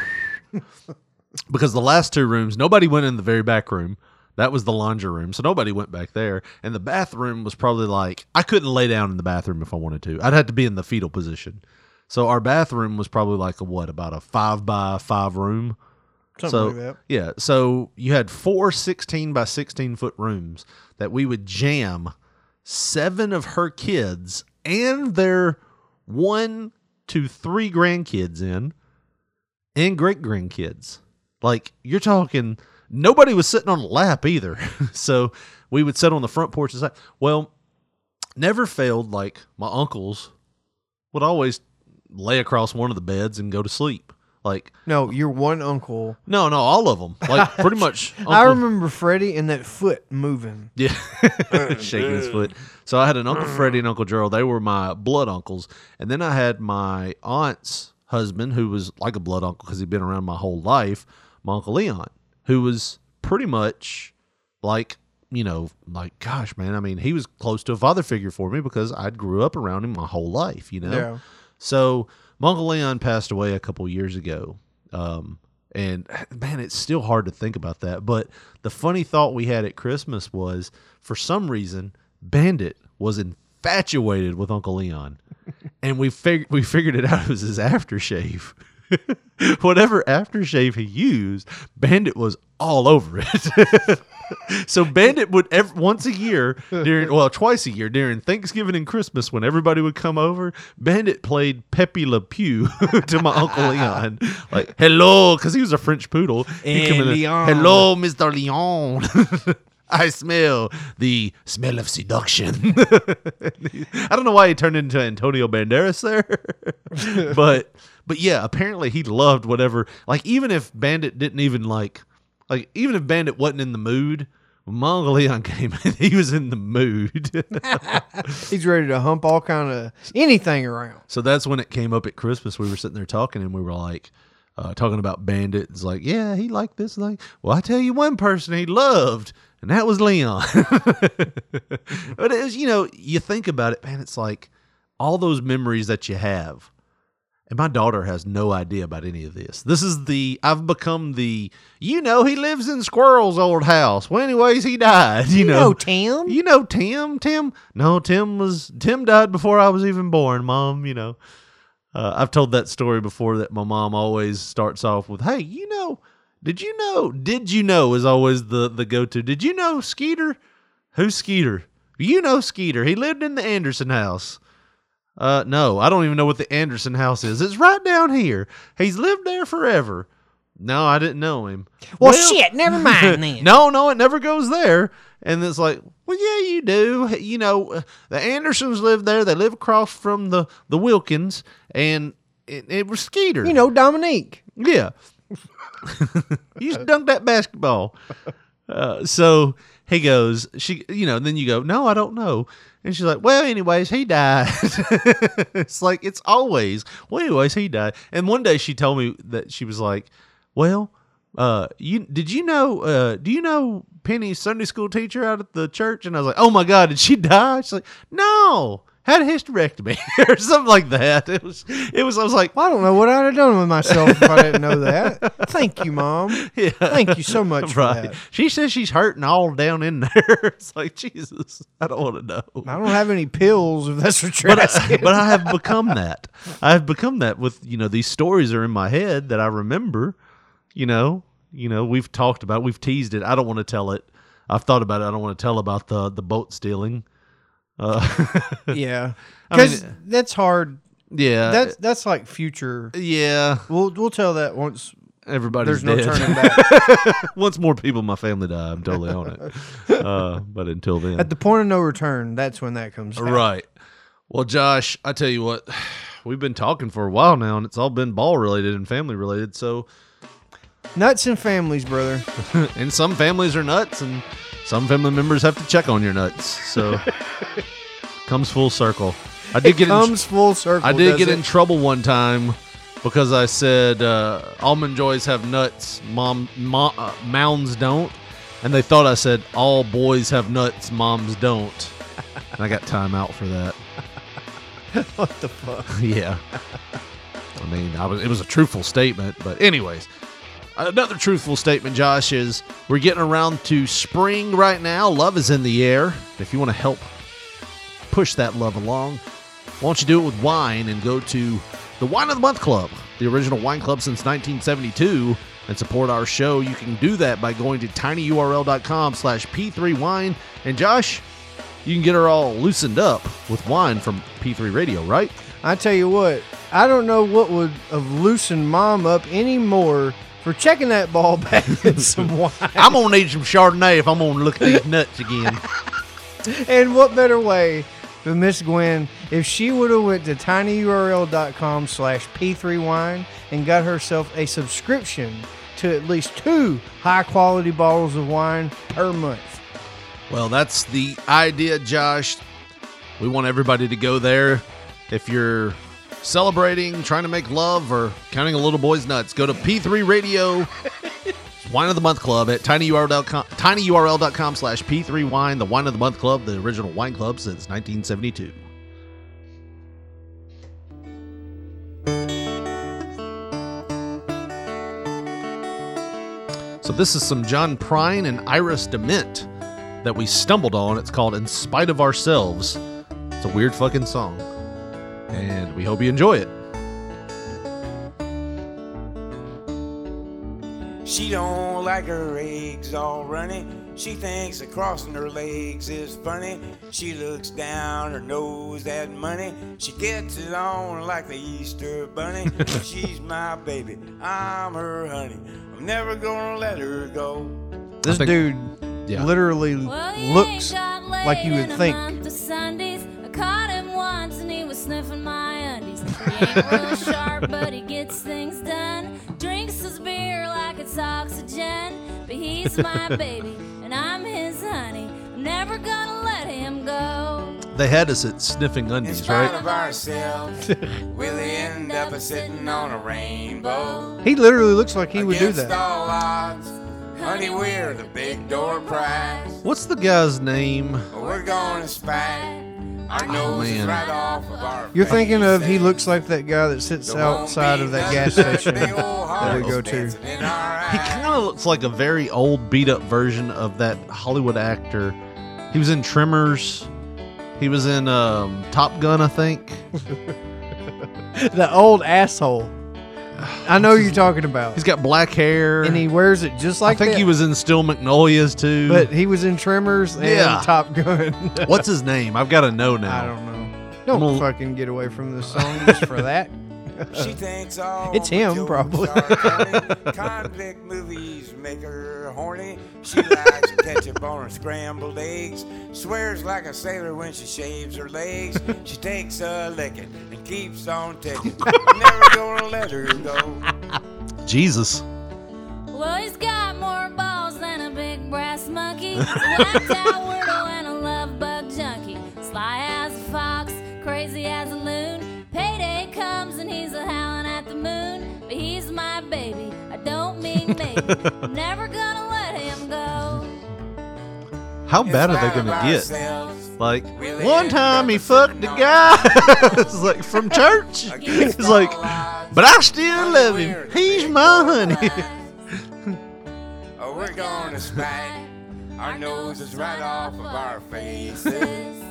because the last two rooms, nobody went in the very back room. That was the laundry room, so nobody went back there. And the bathroom was probably like I couldn't lay down in the bathroom if I wanted to. I'd have to be in the fetal position. So our bathroom was probably like a what about a five by five room.
Something
so
like that.
yeah, so you had four 16 by sixteen foot rooms that we would jam seven of her kids and their one to three grandkids in and great grandkids. Like you're talking, nobody was sitting on a lap either. (laughs) so we would sit on the front porch and say, well, never failed. Like my uncles would always lay across one of the beds and go to sleep. Like
no your one uncle
no, no, all of them.
(laughs)
Like pretty much.
I
Uncle-
remember Freddie and that foot moving.
Yeah, shaking his foot. So I had an Uncle Freddie and Uncle Gerald. They were my blood uncles, and then I had my aunt's husband, who was like a blood uncle because he'd been around my whole life. My Uncle Leon, who was pretty much like you know, like gosh, man. I mean, he was close to a father figure for me because I grew up around him my whole life. You know.
Yeah.
So my Uncle Leon passed away a couple years ago. Um, and (sighs) man, it's still hard to think about that. But the funny thought we had at Christmas was for some reason, Bandit was infatuated with Uncle Leon. and we figured we figured it out it was his aftershave. (laughs) Whatever aftershave he used, Bandit was all over it. (laughs) so Bandit would ev once a year during well twice a year during Thanksgiving and Christmas when everybody would come over, Bandit played Pepe Le Pew (laughs) to my uncle Leon, like hello, because he was a French poodle. He'd come in
Eh,
and,
Leon.
hello, Mister Leon. (laughs) I smell the smell of seduction. (laughs) I don't know why he turned into Antonio Banderas there, (laughs) but but yeah, apparently he loved whatever. Like even if Bandit didn't even like, like even if Bandit wasn't in the mood, when Mongo Leon (laughs) came in, he was in the mood. (laughs)
He's ready to hump all kind of anything around.
So that's when it came up at Christmas. We were sitting there talking, and we were like, uh, talking about Bandit. It's like, yeah, he liked this thing. Well, I tell you, one person he loved, and that was Leon. (laughs) but it was, you know, you think about it, man. It's like all those memories that you have. And my daughter has no idea about any of this. This is the I've become the you know he lives in Squirrel's old house. Well, anyways, he died. You, know,
Tim.
you know Tim. Tim. No, Tim was Tim died before I was even born. Mom, you know, uh, I've told that story before. That my mom always starts off with, "Hey, you know, did you know? Did you know?" is always the the go to. Did you know Skeeter? Who's Skeeter? You know Skeeter. He lived in the Anderson house. Uh, no, I don't even know what the Anderson house is. It's right down here. He's lived there forever. No, I didn't know him.
Well, shit, never
(laughs)
mind then.
No, no, it never goes there. And it's like, well, yeah, you do. You know, uh, the Andersons live there. They live across from the the Wilkins, and it, it was Skeeter.
You know Dominique.
yeah. (laughs) you just dunked that basketball. Uh, so he goes, she, you know, and then you go, no, I don't know. And she's like, well, anyways, he died. (laughs) it's like, it's always, well, anyways, he died. And one day she told me that she was like, well, Uh, you did you know? Uh, do you know Penny's Sunday school teacher out at the church? And I was like, oh my god, did she (laughs) die? She's like, no, had a hysterectomy (laughs) or something like that. It was, it was. I was like,
Well, I don't know what I'd have done with myself if I didn't know that. Thank you, mom.
(laughs) yeah,
Thank you so (laughs) much for
right.
that.
She says she's hurting all down in there. (laughs) it's like Jesus, I don't want to
(laughs)
know.
I don't have any pills if that's what you're
but I,
asking.
but I have become that. I have become that with you know these stories are in my head that I remember. You know, you know we've talked about, we've teased it. I don't want to tell it. I've thought about it. I don't want to tell about the the boat stealing. Uh,
yeah,
I mean, uh,
because that's hard.
yeah,
That's that's like future.
yeah.
We'll we'll tell that once
Everybody's
eh, there's no
dead. (laughs)
turning back.
Once more people in my family die, I'm totally on
(laughs)
it. Uh, but until then,
At the point of no return, that's when that comes. out.
Right. Well, Josh, I tell you what, (sighs) we've been talking for a while now, and it's all been ball related and family related. So,
Nuts and families, brother.
and some families are nuts, and some family members have to check on your nuts.
(laughs)
So, comes full circle. I did
It
get in,
comes full circle.
I did
does
get
it?
in trouble one time because I said uh, almond joys have nuts, mom, mo- uh, mounds don't, and they thought I said all boys have nuts, moms don't, and I got time out for that.
(laughs) What the fuck?
(laughs) yeah. I mean, I was, it was a truthful statement, but anyways, another truthful statement, Josh, is we're getting around to spring right now. Love is in the air. If you want to help push that love along, why don't you do it with wine and go to the Wine of the Month Club, the original wine club since 1972, and support our show. You can do that by going to tinyurl.com slash p3wine. And Josh, you can get her all loosened up with wine from P3 Radio, right?
I tell you what, I don't know what would have loosened mom up anymore for checking that ball (laughs) back
(laughs)
in some wine.
I'm gonna need some Chardonnay if I'm gonna look at these nuts again.
And what better way than Miss Gwen if she would have went to tinyurl.com slash p3wine and got herself a subscription to at least two high quality bottles of wine per month.
well, that's the idea, Josh. We want everybody to go there. If you're celebrating, trying to make love, or counting a little boy's nuts, go to P3 Radio Wine of the Month Club at tinyurl.com, tinyurl.com slash P3 Wine, the Wine of the Month Club, the original wine club since 1972. So this is some John Prine and Iris Dement that we stumbled on. It's called In Spite of Ourselves. It's a weird fucking song. And we hope you enjoy it.
She don't like her eggs all runny. She thinks that crossing her legs is funny. She looks down her nose at money. She gets it on like the
(laughs)
Easter bunny. She's my baby. I'm her honey. I'm never gonna let her go.
This
think-
dude
Yeah.
literally looks
looks
like you would think.
Sundays. I caught him once and he was sniffing my undies. He
(laughs)
ain't real sharp, but he gets things done. Drinks his beer like it's oxygen. But he's
(laughs)
my baby and I'm his honey. I'm never gonna let him go.
They had us at Sniffing
In
Undies,
spite
right?
of ourselves, we'll end up a sitting on a rainbow.
He literally looks like he would do
Against
that.
all odds, honey, we're the big door prize.
What's the guy's name?
We're gonna spite our
Oh,
nose is
man.
right off of our
You're thinking of he
faces.
looks like that guy that sits
There won't
outside
be
of that
nothing
gas
but
station.
big old
we go
hearts
to.
dancing in our
He
eyes.
kind of looks like a very old, beat up version of that Hollywood actor. He was in Tremors. He was in um, Top Gun, I think.
(laughs) the old asshole. I know you're talking about.
He's got black hair.
And he wears it just
I
like
think
that.
he was in Still Magnolias too.
But he was in Tremors and
Yeah.
Top Gun. (laughs)
what's his name? I've got to know now.
I don't know.
I'm
Don't
gonna-
fucking get away from this song just for that.
She thinks all
It's him,
jokes
probably.
are corny. Convict movies make her horny. She likes ketchup on her scrambled eggs. Swears like a sailor when she shaves her legs. She takes a licking and keeps on ticking. Never gonna let her go.
Jesus.
Well, he's got more balls than a big brass monkey. So I'm Ty Weirdo and a love bug junkie. Sly as a fox, crazy as a loon. Payday comes and he's a howling at the moon. But he's my baby. I don't mean loving me. Never gonna let him go.
How bad are they gonna get? (laughs)
Ourselves.
Like one time he fucked a guy. (laughs) it's like from
(laughs)
church. It's like, but I still love him. He's my honey.
Oh, we're gonna smack our noses right off of our faces.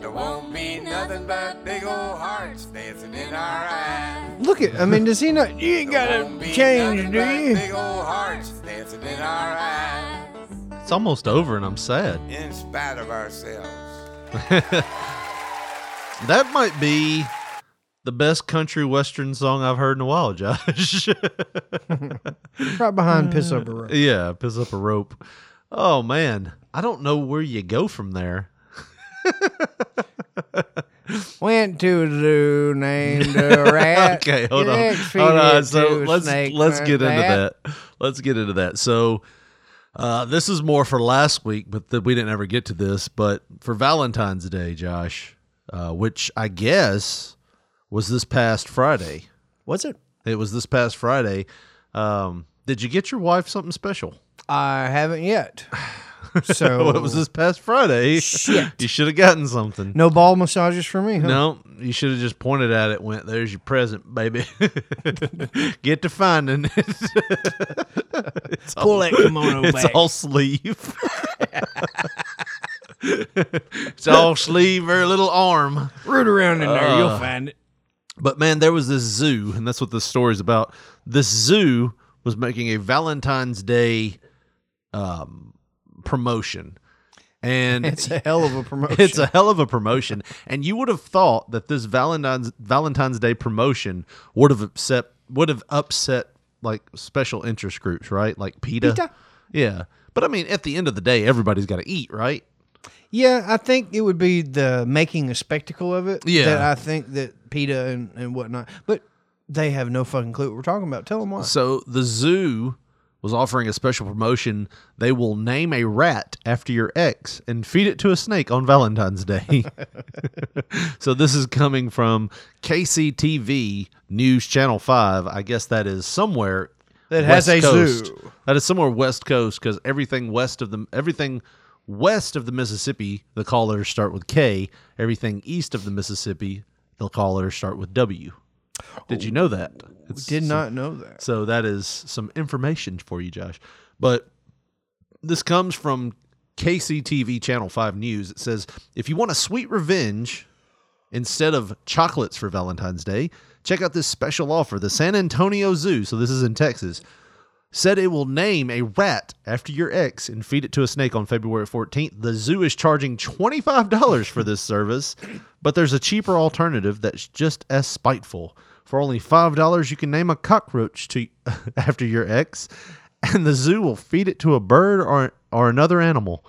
There won't be nothing but big old hearts dancing in our eyes.
Look at, I mean, does he not? You ain't
There
gotta
won't be
change,
nothing
do
but
you?
Big old hearts dancing in our eyes.
(laughs) It's almost over, and I'm sad.
In spite of ourselves.
That might be the best country western song I've heard in a while, (laughs) Josh.
Right behind Piss Over Road.
yeah, piss up a rope. Oh man, I don't know where you go from there.
Went to a zoo named a rat.
(laughs)
(laughs)
okay, hold on.
Next
Hold on.
feeded
So
to a
let's
snake,
let's
right
get into
back.
that. Let's get into that. So uh, this is more for last week, but that we didn't ever get to this. But for Valentine's Day, Josh, uh, which I guess was this past Friday.
Was it?
It was this past Friday. Um, did you get your wife something special? (laughs)
I
(sighs)
haven't yet. So
Well, it was this past Friday. (laughs)
Shit.
You should have gotten something.
Oh. no ball massages for me. Huh?
No, you should have just pointed at it. Went there's your present, baby. (laughs) Get to finding it. (laughs) it's
Pull that kimono
(laughs) It's
back.
all sleeve. (laughs) it's all sleeve or little arm.
root around in there,
Uh.
you'll find it.
But man, there was this zoo, and that's what this story's about. This zoo was making a Valentine's Day um, promotion, (laughs) and
It's a hell of a promotion.
it's a hell of a promotion. And you would have thought that this Valentine's Valentine's Day promotion would have upset would have upset like special interest groups, right? Like PETA.
PETA?
Yeah. But I mean, at the end of the day, everybody's got to eat, right?
yeah, I think it would be the making a spectacle of it.
Yeah.
that I think that PETA and, and whatnot, but they have no fucking clue what we're talking about. Tell them why.
So the zoo was offering a special promotion. They will name a rat after your ex and feed it to a snake on Valentine's Day. (laughs) so this is coming from KCTV News Channel 5. I guess that is somewhere
That has a
Coast.
zoo.
That is somewhere West Coast cuz everything west of the everything west of the Mississippi, the callers start with K. Everything east of the Mississippi, the callers start with W. Did you know that? It's-
Oh. Did not know that.
so that is some information for you, Josh. But this comes from KCTV Channel 5 News. It says if you want a sweet revenge instead of chocolates for Valentine's Day, check out this special offer. The San Antonio Zoo, so this is in Texas, said it will name a rat after your ex and feed it to a snake on February 14th. The zoo is charging $25 for this service, but there's a cheaper alternative that's just as spiteful. For only $5, you can name a cockroach to (laughs) after your ex, and the zoo will feed it to a bird or or another animal.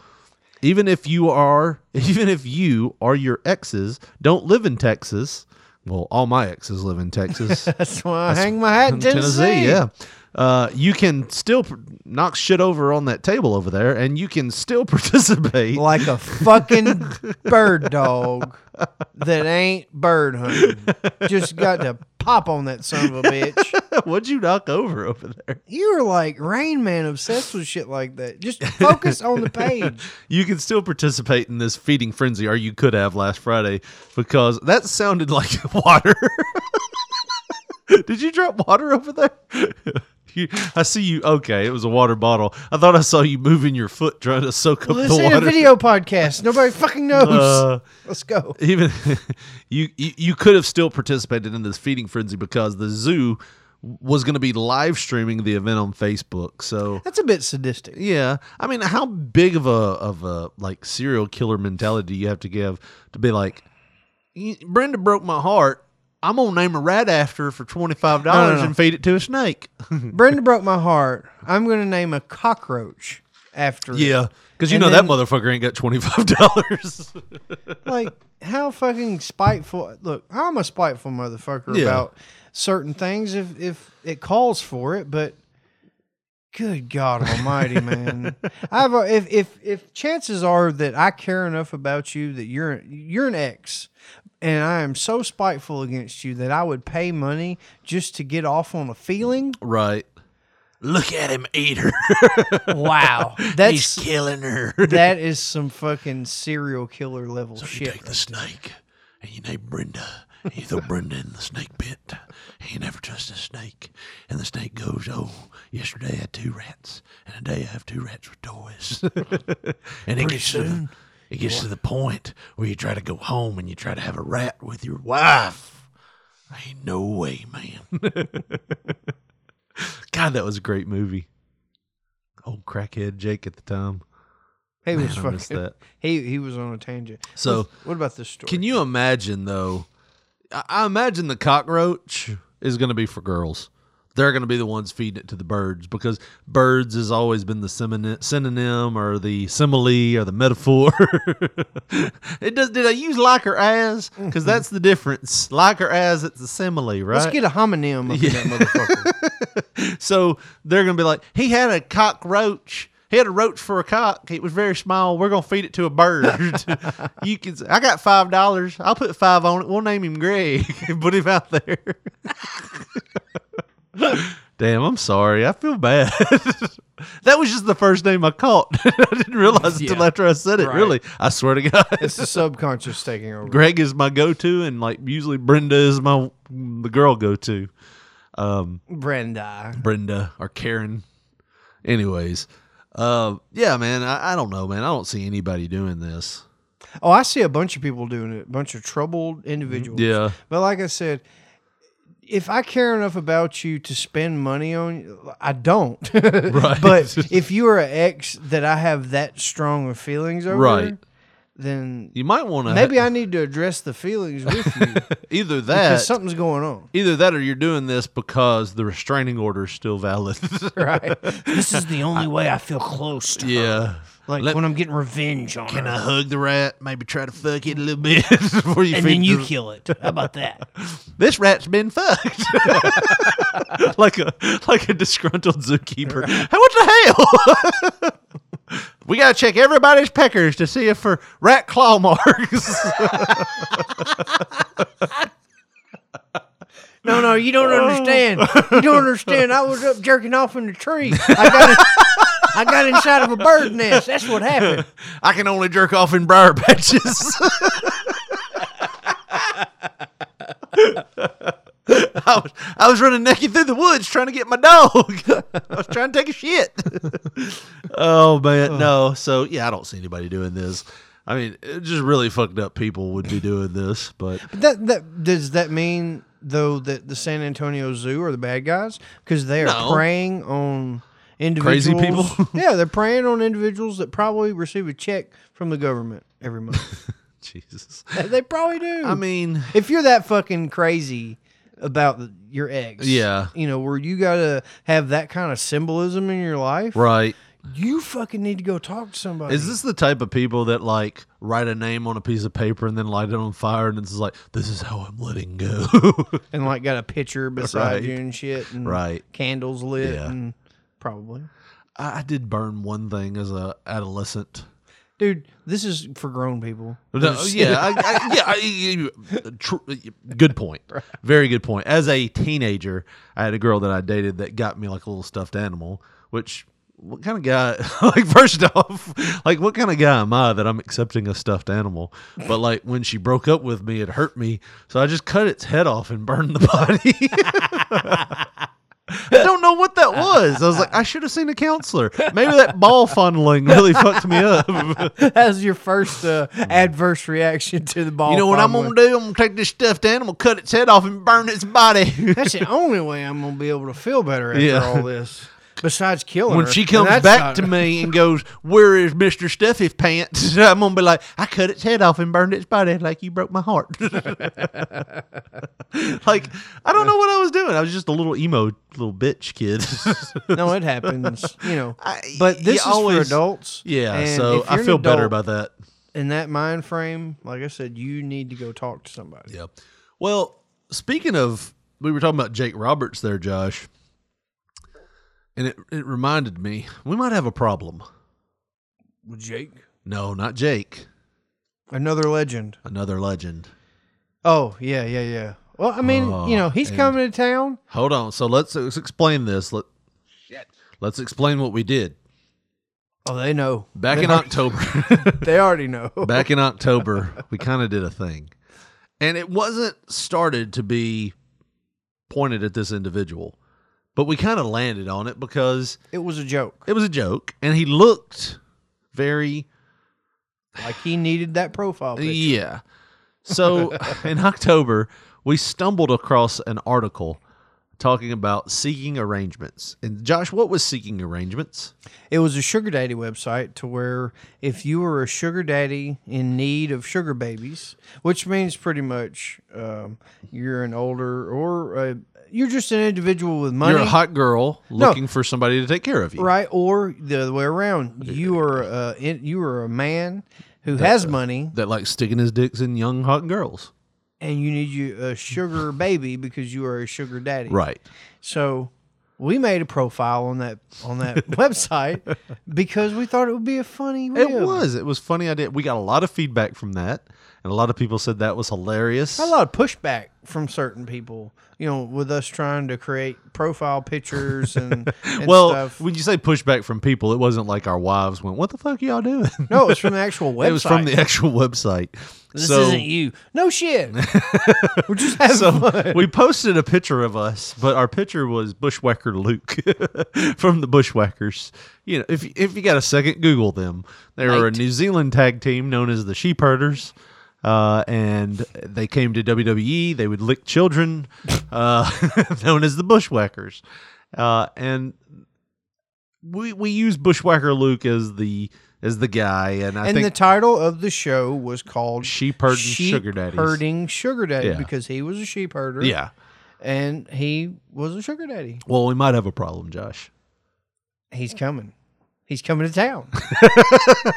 Even if you are (laughs) even if you or your exes don't live in Texas, well, all my exes live in Texas.
That's why I hang my hat in Tennessee.
yeah. Uh, you can still pr- knock shit over on that table over there, and you can still (laughs) participate.
Like a fucking bird dog that ain't bird hunting. Just got to pop on that son of a
(laughs) (laughs)
bitch.
What'd you knock over over there?
You were like Rain Man obsessed with shit like
(laughs)
that. Just focus on the page.
You can still participate in this feeding frenzy, or you could have last Friday, because that sounded like (laughs) water. Did you drop water over there? (laughs) You, I see you. Okay, it was a water bottle. I thought I saw you moving your foot trying to soak up
Well, this
the
ain't
water.
a video podcast.
(laughs)
Nobody fucking knows. (laughs)
Uh,
Let's go.
even (laughs) you, you you could have still participated in this feeding frenzy because the zoo was going to be live streaming the event on Facebook. So
That's a bit sadistic.
yeah, I mean, how big of a of a like serial killer mentality do you have to give to be like, "Y- Brenda broke my heart. I'm gonna name a rat after her for twenty five dollars
No, no, no.
and feed it to a snake.
Brenda broke my heart. I'm going to name a cockroach after
(laughs)
it.
yeah, because you
And
know
then-
that motherfucker ain't got twenty five dollars.
Like, how fucking spiteful. Look, I'm a spiteful motherfucker
Yeah.
about certain things if, if it calls for it, but good God
(laughs)
almighty, man. I've, a- if, if, if chances are that I care enough about you that you're, you're an ex and I am
(gasps)
so spiteful against you that I would pay money just to get off on a feeling.
(laughs) right. Look at him eat her. (laughs)
Wow.
He's
That's
killing her.
that is some fucking serial killer level
So you
shit.
take the snake and you name Brenda. And you throw Brenda in the snake pit. And you never trust the snake. And the snake goes, Oh, yesterday I had two rats. And today I have two rats with toys. (laughs) and it gets, to the, it gets to the point where you try to go home and you try to have a rat with your wife. Ain't no way, man. (laughs) God, that was a great movie. Old crackhead Jake at the time.
He was
Man, I missed
fucking.
that.
He he was on a tangent.
So-
what about this story?
Can you imagine though? I- I imagine the cockroach is going to be for girls. They're going to be the ones feeding it to the birds because birds has always been the synonym, synonym or the simile or the metaphor. (laughs) it does. Did I use like or as? Because that's the difference. Like or as, it's a simile, right?
Let's get a homonym up in that
(laughs)
motherfucker.
So they're going to be like, he had a cockroach. He had a roach for a cock. It was very small. We're gonna feed it to a bird. (laughs) you can. I got five dollars. I'll put five on it. We'll name him Greg. (laughs) and Put him out there. (laughs) Damn, I'm sorry. I feel bad. (laughs) that was just the first name I caught. (laughs) I didn't realize until
Yeah.
after I said it.
Right.
Really, I swear to God. (laughs)
It's the subconscious taking over.
Greg is my go-to, and like usually Brenda is my the girl go-to.
Brenda.
Brenda or Karen. Anyways, uh, yeah, man, I, I don't know, man. I don't see anybody doing this.
Oh, I see a bunch of people doing it. A bunch of troubled individuals.
Yeah.
But like I said, if I care enough about you to spend money on you, I don't. (laughs)
Right.
But if you are an ex that I have that strong of feelings over,
Right.
then
You might want to
maybe I need to address the feelings with
(laughs)
you
either that
because something's
(laughs)
going on.
either that or you're doing this because the restraining order is still
(laughs)
valid.
Right. this is the only way I feel close to
yeah.
Like
Let-
when I'm getting revenge on
Can
her.
I hug the rat? Maybe try to fuck it a little bit (laughs) before you
and
feed
then you
the-
kill it. How about that?
This rat's been fucked (laughs) like a like a disgruntled zookeeper. Hey, what the hell? (laughs) we gotta check everybody's peckers to see if for rat claw marks.
(laughs)
(laughs)
No, no, you don't understand. You don't understand. I was up jerking off in the tree. I got, I got inside of a bird nest. That's what happened.
I can only jerk off in briar patches. (laughs) I was, I was running naked through the woods trying to get my dog. (laughs) I was trying to take a shit. (laughs) oh man, no. So yeah, I don't see anybody doing this. I mean, it just really fucked up people would be doing this, but (laughs)
That that does that mean though that the San Antonio Zoo are the bad guys because they are
No.
preying on
Crazy
individuals?
people?
(laughs) yeah, they're preying on individuals that probably receive a check from the government every month.
Jesus.
they probably do.
I mean,
if you're that fucking crazy about your ex,
Yeah.
you know where you gotta have that kind of symbolism in your life,
right.
You fucking need to go talk to somebody.
Is this the type of people that like write a name on a piece of paper and then light it on fire and it's like, this is how I'm letting go? (laughs)
and like got a picture beside
Right.
you and shit, and
Right.
Candles lit,
Yeah.
and probably,
I, I did burn one thing as a adolescent.
dude. This is for grown people. (laughs)
No, oh, yeah, I, I, yeah. I, you- tr- good point. Very good point. As a teenager, I had a girl that I dated that got me like a little stuffed animal. Which, what kind of guy? (laughs) Like, first off, like, what kind of guy am I that I'm accepting a stuffed animal? But like, when she broke up with me, it hurt me, so I just cut its head off and burned the body. (laughs) I don't know what that was. I was like, I should have seen a counselor. Maybe that ball fondling really fucked me up. (laughs)
That was your first uh, adverse reaction to the ball.
You know what I'm gonna do? I'm gonna take this stuffed animal, cut its head off, and burn its body. (laughs)
That's the only way I'm gonna be able to feel better after
Yeah.
all this. Besides killing
when
her.
she
And
comes
that's
back
not-
to me and goes, "Where is Mister Stuffy Pants?" (laughs) I'm gonna be like, "I cut its head off and burned its body, like you broke my heart." (laughs) like I don't know what I was doing. I was just a little emo little bitch kid. (laughs)
no, it happens. You know,
I-
but
you
this is
always-
for adults.
yeah,
and
so
if
I
you're an
feel better about
adult
that.
in that mind frame. Like I said, you need to go talk to somebody.
Yeah. Well, speaking of, we were talking about Jake Roberts there, Josh, and it it reminded me we might have a problem.
Jake,
No, not Jake.
another legend.
Another legend.
Oh yeah, yeah, yeah. Well, I mean, you know, he's
Oh, and-
coming to town.
Hold on. So let's, let's explain this. Let,
shit.
Let's explain what we did.
Oh, they
(laughs)
know.
Back
They
in
al-
October,
(laughs) They already know.
(laughs) back in October, we kind of did a thing. And it wasn't started to be pointed at this individual, but we kind of landed on it because
It was a joke.
it was a joke and he looked very
Like he needed that profile picture.
Yeah. So (laughs) in October, we stumbled across an article talking about seeking arrangements. And Josh, what was seeking arrangements?
It was a sugar daddy website to where if you were a sugar daddy in need of sugar babies, which means pretty much um, you're an older or uh you're just an individual with money.
You're a hot girl looking for somebody to take care of you.
right or the other way around you are uh, in, you are a man who has money
That like sticking his dicks in young hot girls.
and you need you a sugar baby because you are a sugar daddy
Right.
so we made a profile on that on
(laughs)
that website because we thought it would be a funny
It
rib.
was. It was funny idea. We got a lot of feedback from that. And a lot of people said that was hilarious.
a lot of pushback from certain people you know with us trying to create profile
(laughs)
pictures and, and
well,
stuff
when you say pushback from people, it wasn't like our wives went, "What the fuck y'all doing?"
no it was from the actual
(laughs)
website
it was from the actual website.
this
so,
isn't you no shit
(laughs)
we're just having (laughs)
so we posted a picture of us, but our picture was Bushwhacker Luke (laughs) from the Bushwhackers. You know, if if you got a second, Google them. They were a New Zealand tag team known as the Sheep Herders. Uh, and they came to WWE. They would lick children, uh, (laughs) known as the Bushwhackers. Uh, and we we use Bushwhacker Luke as the as the guy, and I
and
think
the title of the show was called
Sheep Herding Sugar Daddies.
Herding Sugar Daddy
Yeah.
because he was a sheep herder.
yeah.
And he was a sugar daddy.
Well, we might have a problem, Josh.
He's coming. He's coming to town. (laughs)
(laughs)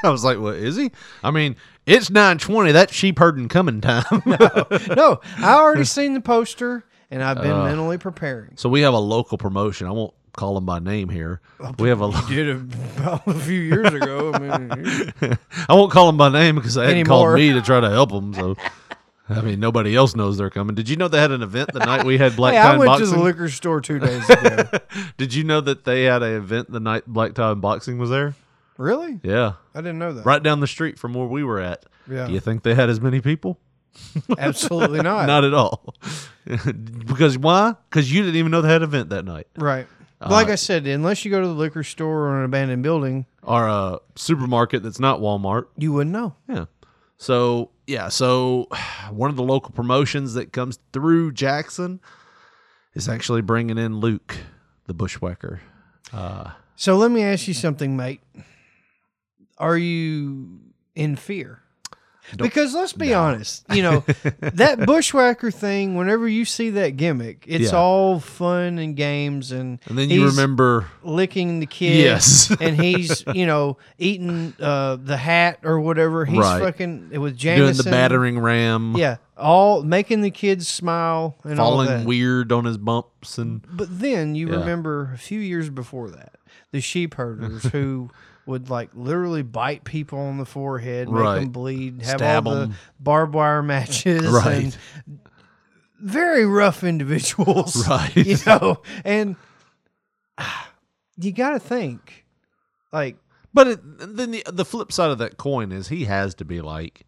I was like, "What is he?" I mean, it's nine twenty. That sheep herding coming time.
(laughs) no, I
(laughs)
already seen the poster and I've been mentally preparing. (laughs)
so we have a local promotion. I won't call them by name here.
Oh,
We have a. lo-
Did a, a few years ago. I mean,
(laughs) I won't call them by name because they hadn't
Anymore.
called me to try to help them. So, (laughs) I mean, nobody else knows they're coming. Did you know they had an event the night we had Black
(laughs) hey,
Tie
I
and
went
Boxing?
to the liquor store two days
(laughs)
ago.
Did you know that they had an event the night Black Tie and Boxing was there?
really?
Yeah,
I didn't know that.
right down the street from where we were at.
Yeah.
Do you think they had as many people? (laughs)
Absolutely not.
Not at all. because why? Because you didn't even know they had an event that night.
right.
Uh,
like I said, unless you go to the liquor store or an abandoned building,
or a supermarket that's not Walmart.
you wouldn't know.
Yeah. So, yeah. So, (sighs) one of the local promotions that comes through Jackson is actually bringing in Luke, the bushwhacker.
So let me ask you something, mate. Are you in fear? Because let's be honest, you
(laughs)
know, that bushwhacker thing, whenever you see that gimmick, it's
Yeah.
all fun and games and,
And then you
he's
remember,
licking the kid.
Yes.
(laughs) and he's, you know, eating uh, the hat or whatever. He's
Right.
fucking with
doing
Jamison.
the battering ram,
Yeah. All making the kids smile and all
falling
that.
weird on his bumps. And
But then you
Yeah.
remember a few years before that, the sheep herders
(laughs)
who would like literally bite people on the forehead, make
Right.
them bleed, have
Stab
all
'em.
the barbed wire
(laughs)
matches,
Right.
and very rough individuals,
(laughs) Right.
You know, and ah, you got to think, like
But it, then the, the flip side of that coin is he has to be like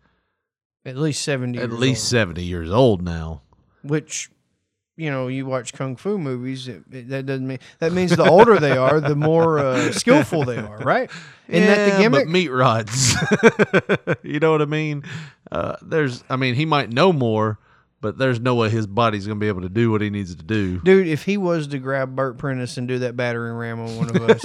at least seventy,
at
years
least 70 years old now.
old, which. You know, you watch kung fu movies. It, it- that doesn't mean that means the older they are, the more uh, skillful they are, right? Isn't that
Yeah,
the gimmick?
But meat rods. (laughs) you know what I mean? Uh, there's, I mean, he might know more, but there's no way his body's going to be able to do what he needs to do.
Dude, if he was to grab Burt Prentice and do that battering ram on one of
(laughs)
us,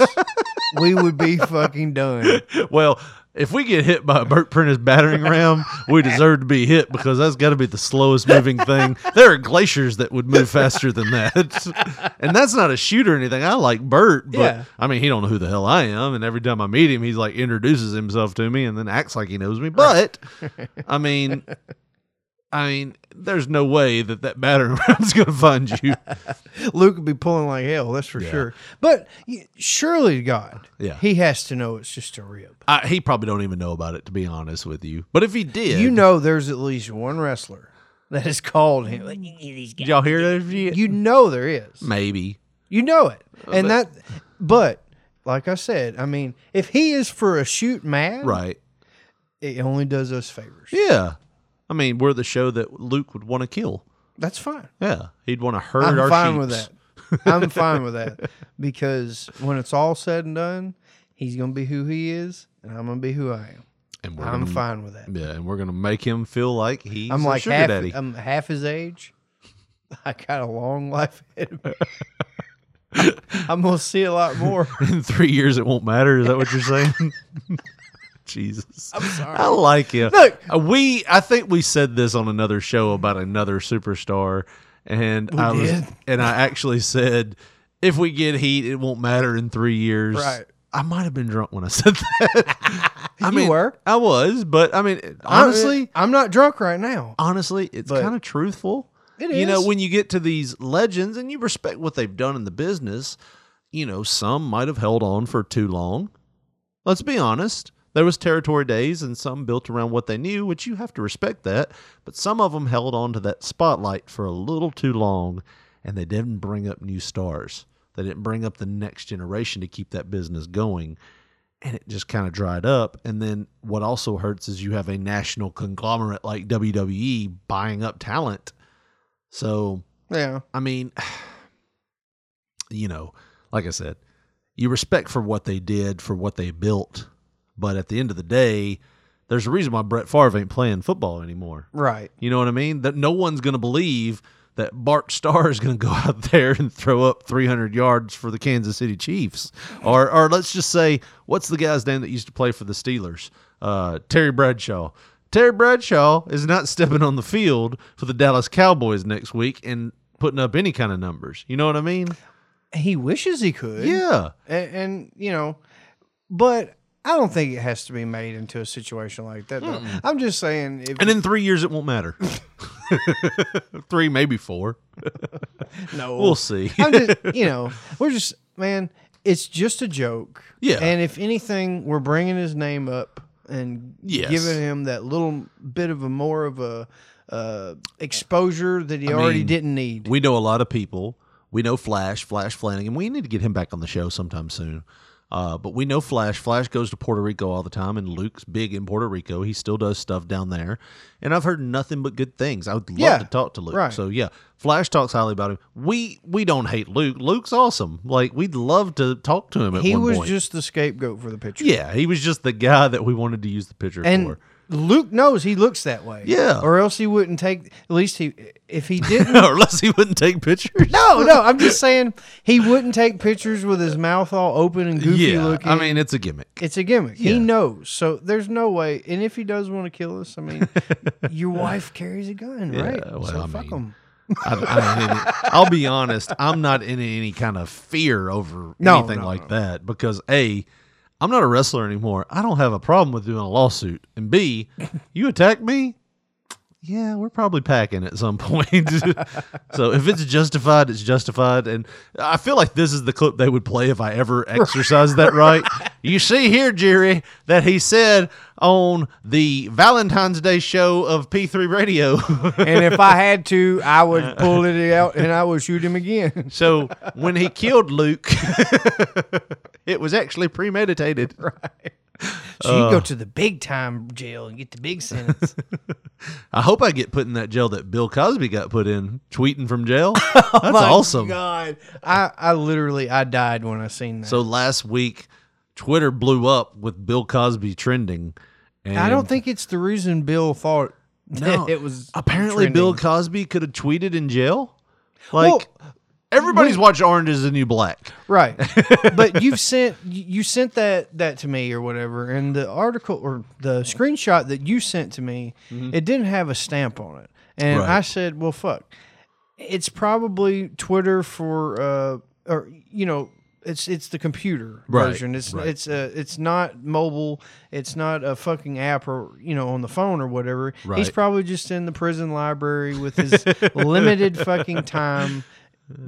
we would be fucking done.
Well, if we get hit by a Burt Prentice battering ram, we deserve to be hit because that's got to be the slowest moving thing. There are glaciers that would move faster than that, (laughs) and that's not a shoot or anything. I like Burt, but
Yeah.
I mean, he don't know who the hell I am, and every time I meet him, he's like introduces himself to me and then acts like he knows me. But I mean, I mean, there's no way that that battering ram's going to find you.
Luke would be pulling like hell, that's for sure. But y- surely to God,
Yeah.
he has to know it's just a rib.
I, he probably don't even know about it, to be honest with you. But if he did,
You know, there's at least one wrestler that has called him.
did y'all hear that?
You know there is.
Maybe.
You know it, and that But like I said, I mean, if he is for a shoot mad,
Right.
it only does us favors.
Yeah. I mean, we're the show that Luke would want to kill.
That's fine.
Yeah. He'd want to herd
I'm
our
fine
sheeps.
with that.
(laughs)
I'm fine with that because when it's all said and done, he's gonna be who he is, and I'm gonna be who I am.
And
I'm
gonna-
fine with that.
Yeah, and we're gonna make him feel like he's
I'm
Mm. a
like
sugar
half.
daddy.
I'm half his age. (laughs) I got a long life ahead of me.
(laughs)
I'm gonna see a lot more.
in three years it won't matter. Is that what you're saying? (laughs) Jesus, I'm sorry. I like you.
Look-
Uh, we I think we said this on another show about another superstar, and I was
did.
and I actually said if we get heat, it won't matter in three years.
Right.
I might have been drunk when I said
(laughs)
that. I
You
mean,
were.
I was, but I mean, honestly,
I'm not drunk right now.
honestly, it's
But-
kind of truthful.
It
You know,
is.
when you get to these legends and you respect what they've done in the business, you know, some might have held on for too long. Let's be honest. There was territory days and some built around what they knew, which you have to respect that, but some of them held on to that spotlight for a little too long and they didn't bring up new stars. They didn't bring up the next generation to keep that business going and it just kind of dried up. And then what also hurts is you have a national conglomerate like WWE buying up talent. So,
Yeah.
I mean, (sighs) you know, like I said, you respect for what they did, for what they built. But at the end of the day, there's a reason why Brett Favre ain't playing football anymore.
Right.
You know what I mean? That no one's going to believe that Bart Starr is going to go (laughs) out there and throw up 300 yards for the Kansas City Chiefs. Or, or let's just say, what's the guy's name that used to play for the Steelers? Uh, Terry Bradshaw. Terry Bradshaw is not stepping on the field for the Dallas Cowboys next week and putting up any kind of numbers. You know what I mean?
He wishes he could.
Yeah.
and, and you know, but I don't think it has to be made into a situation like that. though. I'm just saying, if,
And in three years, it won't matter. (laughs) three, maybe four.
no,
We'll see. (laughs)
I'm just, you know, we're just man. It's just a joke.
Yeah.
And if anything, we're bringing his name up and
Yes.
giving him that little bit of a more of a uh, exposure that he already
mean,
didn't need.
We know a lot of people. We know Flash, Flash Flanagan. We need to get him back on the show sometime soon. Uh, but we know Flash. Flash goes to Puerto Rico all the time, and Luke's big in Puerto Rico. He still does stuff down there. And I've heard nothing but good things. I would love
Yeah,
to talk to Luke.
right.
So yeah, Flash talks highly about him. We we don't hate Luke. Luke's awesome. Like we'd love to talk to him at
he
one
was
point.
just the scapegoat for the picture.
yeah, he was just the guy that we wanted to use the picture
And
for. (laughs)
Luke knows he looks that way.
Yeah.
Or else he wouldn't take. At least he, if he didn't (laughs)
or unless he wouldn't take pictures.
No, no, I'm just saying he wouldn't take pictures with his mouth all open and (laughs) goofy
yeah,
looking.
I mean it's a gimmick.
it's a gimmick.
Yeah.
He knows. So there's no way. And if he does want to kill us,
(laughs)
I mean, your wife carries a gun, right?
well,
so
I mean,
fuck him.
I, I mean, I'll be honest. I'm not in any kind of fear over
No,
anything
no,
like that because a, I'm not a wrestler anymore. I don't have a problem with doing a lawsuit, and b, you attack me. Yeah, we're probably packing at some (laughs) point. so if it's justified, it's justified. And I feel like this is the clip they would play if I ever exercised that right. You see here, Jerry, that he said on the Valentine's Day show of P3 Radio. (laughs)
And if I had to, I would pull it out and I would shoot him again. (laughs)
So when he killed Luke, (laughs) it was actually
(laughs)
premeditated. Oh.
So you go to the big time jail and get the big sentence.
I hope I get put in that jail that Bill Cosby got put in, tweeting from
(laughs)
jail. That's (laughs) awesome.
Oh God, I, I literally I died when I seen that.
So last week, Twitter blew up with Bill Cosby trending. And
I don't think it's the reason Bill thought
No,
that (laughs) it was
apparently Bill
trending.
Cosby could have tweeted in jail. Like
Well,
everybody's watched Orange Is the New Black. (laughs)
Right. but you've sent you sent that that to me or whatever and the article or the screenshot that you sent to me it didn't have a stamp on it. And
Mm-hmm. Right.
I said, "Well, fuck. It's probably Twitter for uh or you know, it's it's the computer
Right,
version. It's
right.
it's uh it's not mobile. It's not a fucking app or you know on the phone or whatever. He's
Right.
probably just in the prison library with his
(laughs)
limited fucking time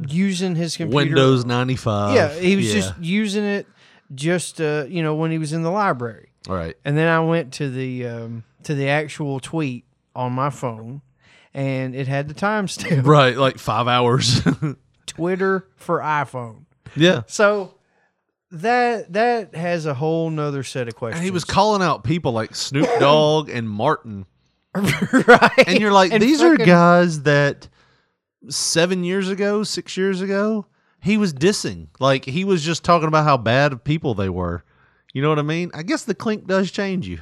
using his computer
Windows ninety five.
yeah, he was just using it just uh, you know when he was in the library.
all right.
And then I went to the um, to the actual tweet on my phone, and it had the
(laughs)
timestamp.
Right, like five hours.
Twitter for iPhone.
yeah.
So that that has a whole nother set of questions.
And he was calling out people like
(coughs)
Snoop Dogg and Martin.
(laughs) right,
And you're like, these are
fucking-
guys that seven years ago, six years ago, he was dissing. Like he was just talking about how bad of people they were. You know what I mean? I guess the clink does change
(laughs)
you.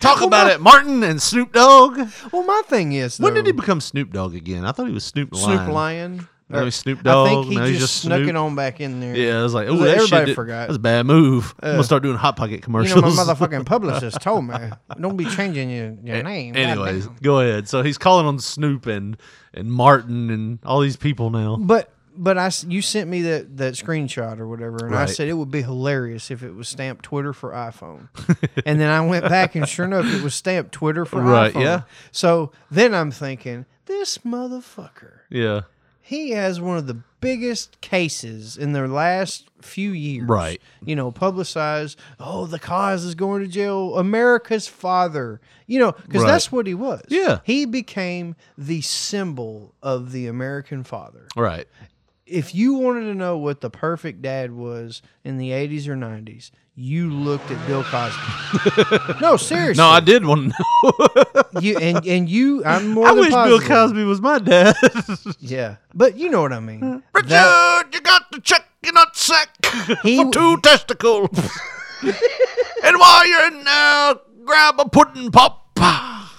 Talk about it, Martin and Snoop Dogg.
Well, my thing is,
When did he
though,
become Snoop Dogg again? I thought he was Snoop Lion.
Snoop Lion?
Now
Or-
he's Snoop
I think
Dogg,
he
now
just,
he's just
snuck it
Snoop.
on back in there.
Yeah, I was like, oh,
Well,
that
everybody
shit did-
forgot.
That's a bad move. I'm
Uh,
gonna start doing hot pocket
You
commercials.
know,
(laughs)
my motherfucking publicist told me, don't be changing your, your
A-
name.
Anyways,
goddamn."
go ahead. So he's calling on Snoop and and Martin and all these people now.
But but I s- you sent me that that screenshot or whatever, and I
Right.
said it would be hilarious if it was stamped Twitter for iPhone. (laughs) and then I went back and sure enough, it was stamped Twitter for
Right,
iPhone.
yeah.
So then I'm thinking, this motherfucker,
Yeah,
he has one of the biggest cases in the last few years.
Right.
You know, publicized. Oh, the cause is going to jail. America's father. You know, because
Right.
that's what he was.
Yeah.
He became the symbol of the American father
right.
if you wanted to know what the perfect dad was in the 80s or 90s, you looked at Bill
(laughs)
Cosby. no, seriously.
No, I did want to know. (laughs)
You, and, and you, I'm more
I
than
wish
positive.
Bill Cosby was my dad. (laughs)
Yeah. But you know what I mean.
Richard,
That-
you got to check your nut sack
He-
for two testicles.
(laughs)
and while you're in there, grab a pudding pop.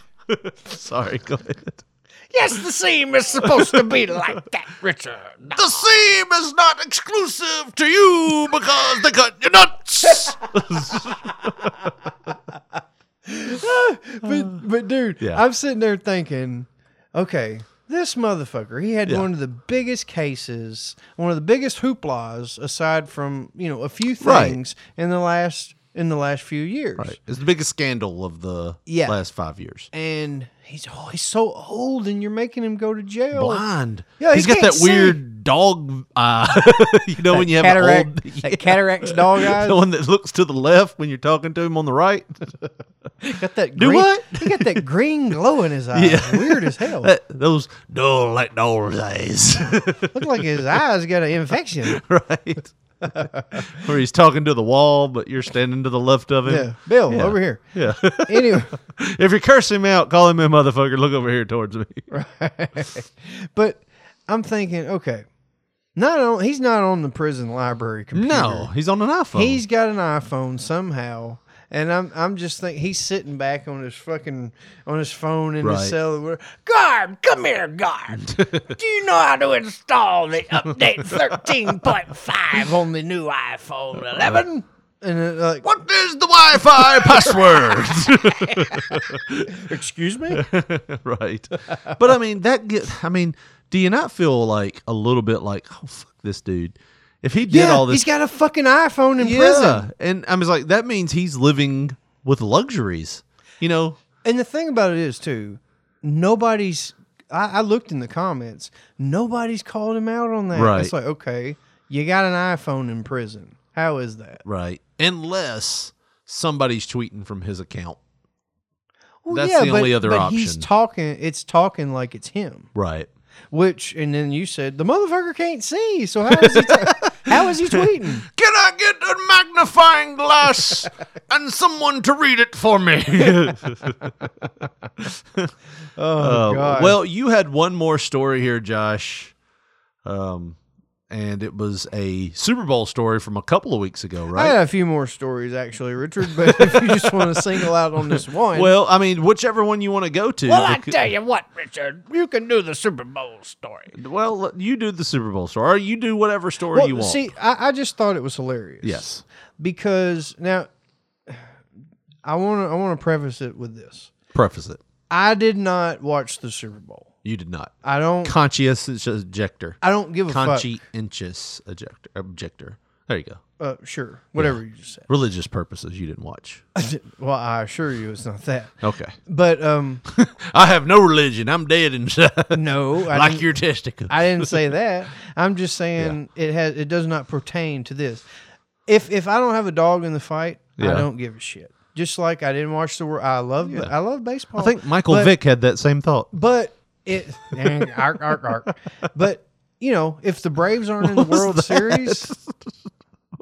(laughs) Sorry, go ahead.
Yes, the seam is supposed to be like that, Richard.
The seam is not exclusive to you because they cut your nuts.
but, but dude,
Yeah.
I'm sitting there thinking, okay, this motherfucker, he had
Yeah.
one of the biggest cases, one of the biggest hooplas aside from, you know, a few
Right.
things in the last in the last few years.
Right. It's the biggest scandal of the
Yeah.
last five years.
and he's oh he's so old and you're making him go to jail.
Blind.
Yeah, he
he's got
can't
that
see.
weird dog eye. (laughs) you know when you have
cataract,
an old, (laughs)
that cataract's dog eyes.
the one that looks to the left when you're talking to him on the right.
got that
Do
green,
what?
He got that
(laughs)
green glow in his eyes.
Yeah.
Weird as
(laughs)
hell.
That- those dull like doll's eyes, (laughs)
Look like his eyes got an infection.
right? (laughs) Where he's talking to the wall, but you're standing to the left of him.
Yeah, Bill over here.
Yeah. (laughs)
Anyway,
if you curse him out, call him a motherfucker. Look over here towards me.
but I'm thinking, okay, not on. He's not on the prison library computer.
No, he's on an iPhone.
He's got an iPhone somehow, and I'm I'm just think he's sitting back on his fucking on his phone in
Right.
his cell. or whatever.
Garb, come here,
(laughs)
Garb. Do you know how to install the update 13.5 on the new iPhone 11?
And it, like,
What is the Wi-Fi password?
Excuse (laughs) me.
(laughs) right. But I mean that get I mean, do you not feel like a little bit like, oh fuck this dude? If he did
yeah,
all this
He's got a fucking iPhone
(laughs)
in
Yeah.
prison.
And I was like, that means he's living with luxuries. You know?
And the thing about it is too, nobody's. I, I looked in the comments. Nobody's called him out on that.
Right.
It's like okay, you got an iPhone in prison. How is that?
Right. Unless somebody's tweeting from his account.
Well,
That's the only other
He's
option.
talking. It's talking like it's him.
Right.
Which and then you said the motherfucker can't see. So how is he? ta- (laughs) how is he tweeting?
Can I get a magnifying (laughs) glass and someone to read it for (laughs) me?
(laughs) Oh God.
Well, you had one more story here, Josh. Um, and it was a Super Bowl story from a couple of weeks ago,
I
right?
had a few more stories actually, Richard. But (laughs) if you just want to single out on this one,
well, I mean, whichever one you want to go to.
Well, I
becau-
tell you what, Richard, you can do the Super Bowl story.
well, let- you do the Super Bowl story, or you do whatever story
Well,
you want.
see, I, I just thought it was hilarious.
yes.
because now I want to I want to preface it with this.
Preface it.
I did not watch the Super Bowl.
You did not.
I don't
Conscientious objector.
I don't give a
Conscientious objector. Objector. There you go.
fuck. Uh, sure, whatever you just said.
Religious purposes, you didn't watch.
well, I assure you, it's not that.
Okay.
But um,
I have no religion. I'm dead (laughs) inside.
no, I
like
didn't,
your testicles.
I didn't say that. I'm just saying it has it does not pertain to this. If if I don't have a dog in the fight, I
Yeah.
don't give a shit. Just like I didn't watch the world. I love I love baseball.
I think Michael
Oh, but- (laughs)
Vick had that same thought.
but it arc, arc, arc. but you know, if the Braves aren't in the
was
World
that?
Series,
(laughs)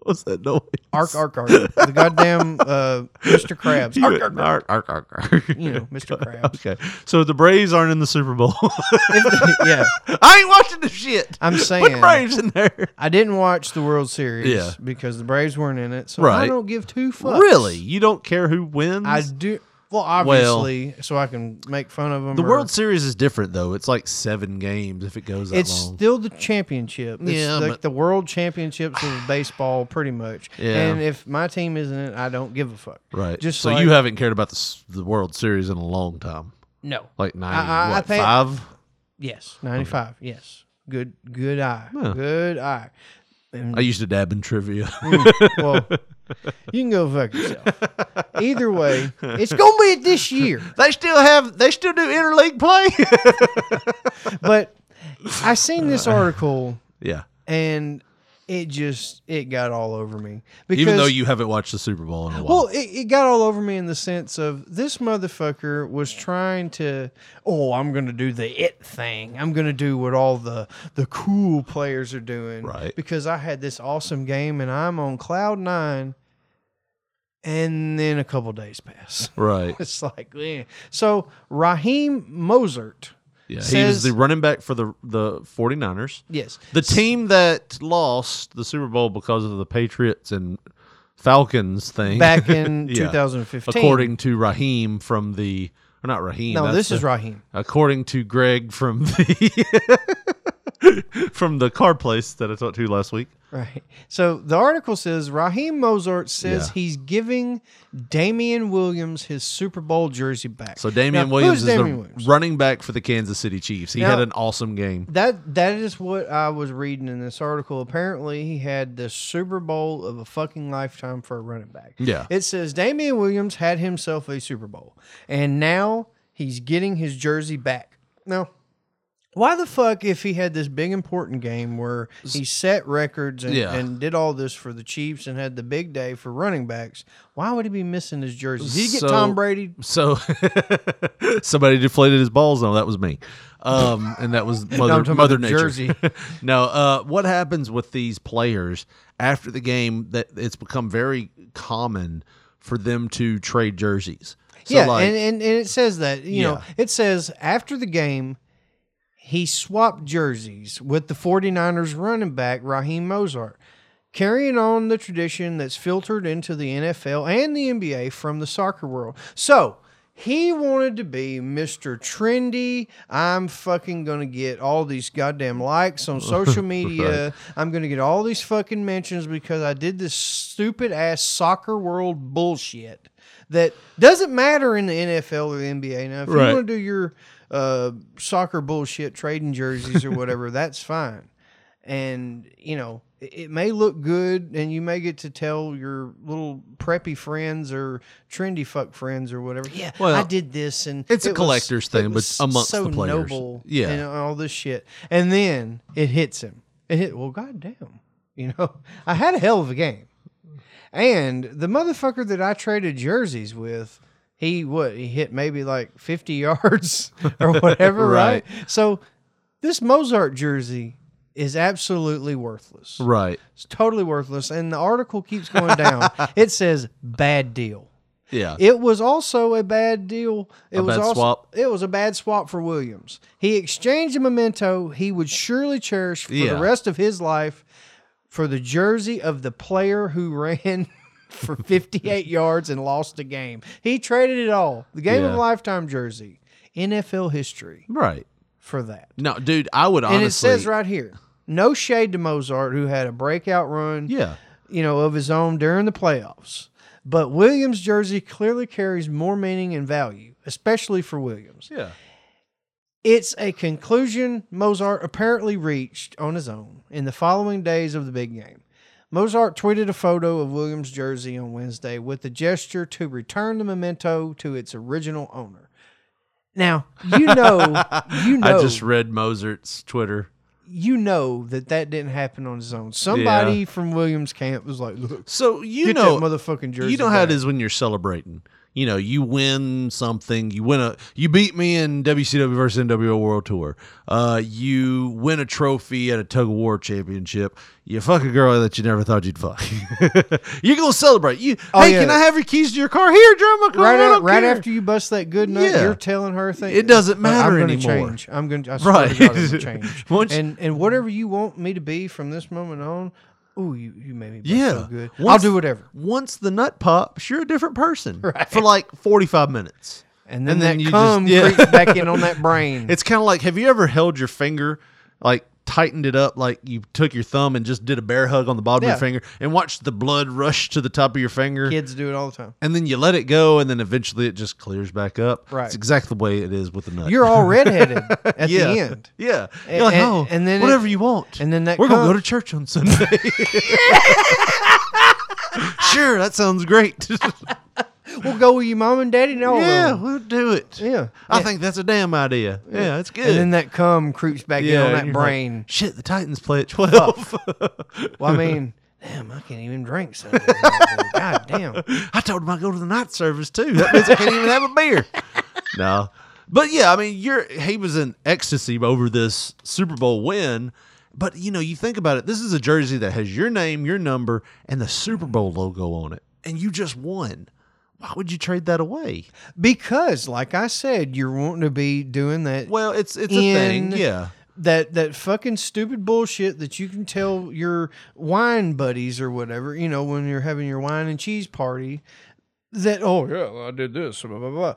What was that noise?
(laughs) arc, arc, arc, the goddamn uh, Mr.
(laughs)
Krabs,
You
arc,
went,
arc,
arc,
arc,
arc, arc, arc.
you know,
(laughs)
Mr. Krabs.
Okay, so the Braves aren't in the Super Bowl. (laughs)
If- yeah,
I ain't watching this shit.
I'm
Put
saying
Braves in
(laughs)
there.
I didn't watch the World Series
Yeah.
because the Braves weren't in it, so I
Right.
don't give two fucks.
Really? You don't care who wins?
I do. Well, obviously, so I can make fun of them.
the
or-
World Series is different though. It's like seven games if it goes that
It's
long.
still the championship. It's
Yeah,
like
but-
the world championships of baseball, pretty much.
Yeah.
And if my team isn't in it, I don't give a fuck.
right.
Just
so
like-
you haven't cared about the s- the World Series in a long time,
No.
like nine,
I- I
what,
think-
five.
Yes. Ninety-five. Yes. Good. Good eye.
Huh.
Good (laughs) eye. And-
I used to dab in trivia.
(laughs) Hmm. well, you can go fuck yourself. Either way,
(laughs)
it's gonna be it this year.
they still have. They still do interleague
(laughs)
play.
But I seen this article
yeah.
and it just it got all over me because
Even though you haven't watched the Super Bowl in a while.
Well, it, it got all over me in the sense of this motherfucker was trying to, oh, I'm going to do the it thing. I'm going to do what all the the cool players are doing,
Right.
Because I had this awesome game and I'm on cloud nine. And then a couple days pass. (laughs)
right.
It's like, eh. so Raheem Mozart.
Yeah. he
says-
was the running back for the the 49ers. (laughs)
Yes,
The team that lost the Super Bowl because of the Patriots and Falcons thing
back in
(laughs) Yeah.
2015.
according to Raheem from the or not Raheem.
no,
that's
this is
the-
Raheem.
According to Greg from the (laughs) from the car place that I talked to last week.
Right. So the article says Raheem Mozart says
Yeah.
he's giving Damian Williams his Super Bowl jersey back.
So Damian
Now,
Williams is
who's Damian
the
Williams?
running back for the Kansas City Chiefs. He
Now-
had an awesome game.
That that is what I was reading in this article. Apparently, he had the Super Bowl of a fucking lifetime for a running back.
Yeah.
It says Damian Williams had himself a Super Bowl, and now he's getting his jersey back. Now, why the fuck if he had this big important game where he set records and,
Yeah.
and did all this for the Chiefs and had the big day for running backs? Why would he be missing his jersey? Did he get
So-
Tom Brady?
So (laughs) somebody deflated his balls. No, that was me. Um, and that was
(laughs) No, I'm
mother,
talking about
mother
the
nature.
jersey.
(laughs) no, uh, what happens with these players after the game that it's become very common for them to trade jerseys. So
yeah,
like,
and, and, and it says that, you know,
Yeah.
it says after the game, he swapped jerseys with the 49ers running back, Raheem Mozart, carrying on the tradition that's filtered into the NFL and the NBA from the soccer world. So he wanted to be Mr. Trendy. I'm fucking going to get all these goddamn likes
(laughs)
on social media. (laughs) I'm going to get all these fucking mentions because I did this stupid ass soccer world bullshit that doesn't matter in the NFL or the NBA. Now, if
Right.
you want to do your uh, soccer bullshit trading jerseys
(laughs)
or whatever, that's fine. And, you know, it, it may look good and you may get to tell your little preppy friends or trendy fuck friends or whatever. Yeah,
Well,
I did this and
it's a
it was-
collector's thing,
it
but
was
amongst
so
the players.
noble
Yeah.
and all this shit. And then it hits him. It hit, well, goddamn. (laughs) You know, I had a hell of a game. And the motherfucker that I traded jerseys with, he what he hit maybe like fifty (laughs) yards
(laughs)
or whatever, right.
Right.
So this Mozart jersey is absolutely worthless.
right.
It's totally worthless. And the article keeps going down.
(laughs)
it says bad deal.
Yeah.
It was also a bad deal. It
A
was
bad
also,
swap.
It was a bad swap for Williams. He exchanged a memento he would surely cherish for the
Yeah.
rest of his life for the jersey of the player who ran (laughs) for 58 yards and lost the game. He traded it all. The game of
Yeah.
a lifetime jersey, NFL history
right.
for that.
No, dude, I would honestly.
and it says right here, no shade to Mozart who had a breakout run
Yeah.
you know, of his own during the playoffs. But Williams' jersey clearly carries more meaning and value, especially for Williams.
Yeah.
It's a conclusion Mozart apparently reached on his own in the following days of the big game. Mozart tweeted a photo of Williams' jersey on Wednesday with the gesture to return the memento to its original owner. Now,
(laughs)
you know, you know,
I just read Mozart's Twitter.
you know that that didn't happen on his own. Somebody from Williams camp was like, "Look,
So you
get
know,
that motherfucking jersey."
you know how
back."
it is when you're celebrating. you know, you win something. You win a, you beat me in WCW versus NWO World Tour. Uh, you win a trophy at a tug of war championship. You fuck a girl that you never thought you'd fuck. (laughs) You're gonna celebrate. You,
Oh,
hey,
yeah.
can I have your keys to your car here, Drama? Come
right
on, I
out,
don't
right
care.
after you bust that good nut,
Yeah.
you're telling her things.
It doesn't matter
I'm gonna
anymore.
Change. I'm going to
Right.
right. I'm gonna
(laughs)
change.
Once-
and and whatever you want me to be from this moment on, ooh, you you made me bust
Yeah,
so good.
Once-
I'll do whatever.
Once the nut pops, you're a different
(laughs)
person for like 45 minutes.
And then that cum creeps back in on
(laughs)
that brain.
It's kind of like have you ever held your finger, like tightened it up, like you took your thumb and just did a bear hug on the bottom
Yeah.
of your finger and watched the blood rush to the top of your finger?
Kids do it all the time.
And then you let it go, and then eventually it just clears back up.
Right.
It's exactly the way it is with the nut.
You're all redheaded
(laughs)
at
yeah.
the end.
(laughs) Yeah.
A-
You're like,
and-
oh,
and then it-
whatever you want.
and then that
We're going to
cum-
go to church on Sunday. (laughs) sure, that sounds great. (laughs)
We'll go with your mom and daddy and all of
yeah,
them.
we'll do it.
Yeah.
I
Yeah.
think that's a damn idea. Yeah, it's good.
And then that cum creeps back
yeah,
in
and
on that
you're like,
brain.
Shit, the Titans play at twelve. (laughs)
Well, I mean, damn, I can't even
(laughs)
drink something. God damn.
I told him I go to the night service too. That means I can't even have a
(laughs)
beer. No, but yeah, I mean, you're he was in ecstasy over this Super Bowl win. But you know, you think about it. This is a jersey that has your name, your number, and the Super Bowl logo on it, and you just won. Why would you trade that away?
Because, like I said, you're wanting to be doing that.
Well, it's it's a
in
thing. Yeah,
That that fucking stupid bullshit that you can tell your wine buddies or whatever, you know, when you're having your wine and cheese party, that oh yeah, well, I did this, blah blah blah.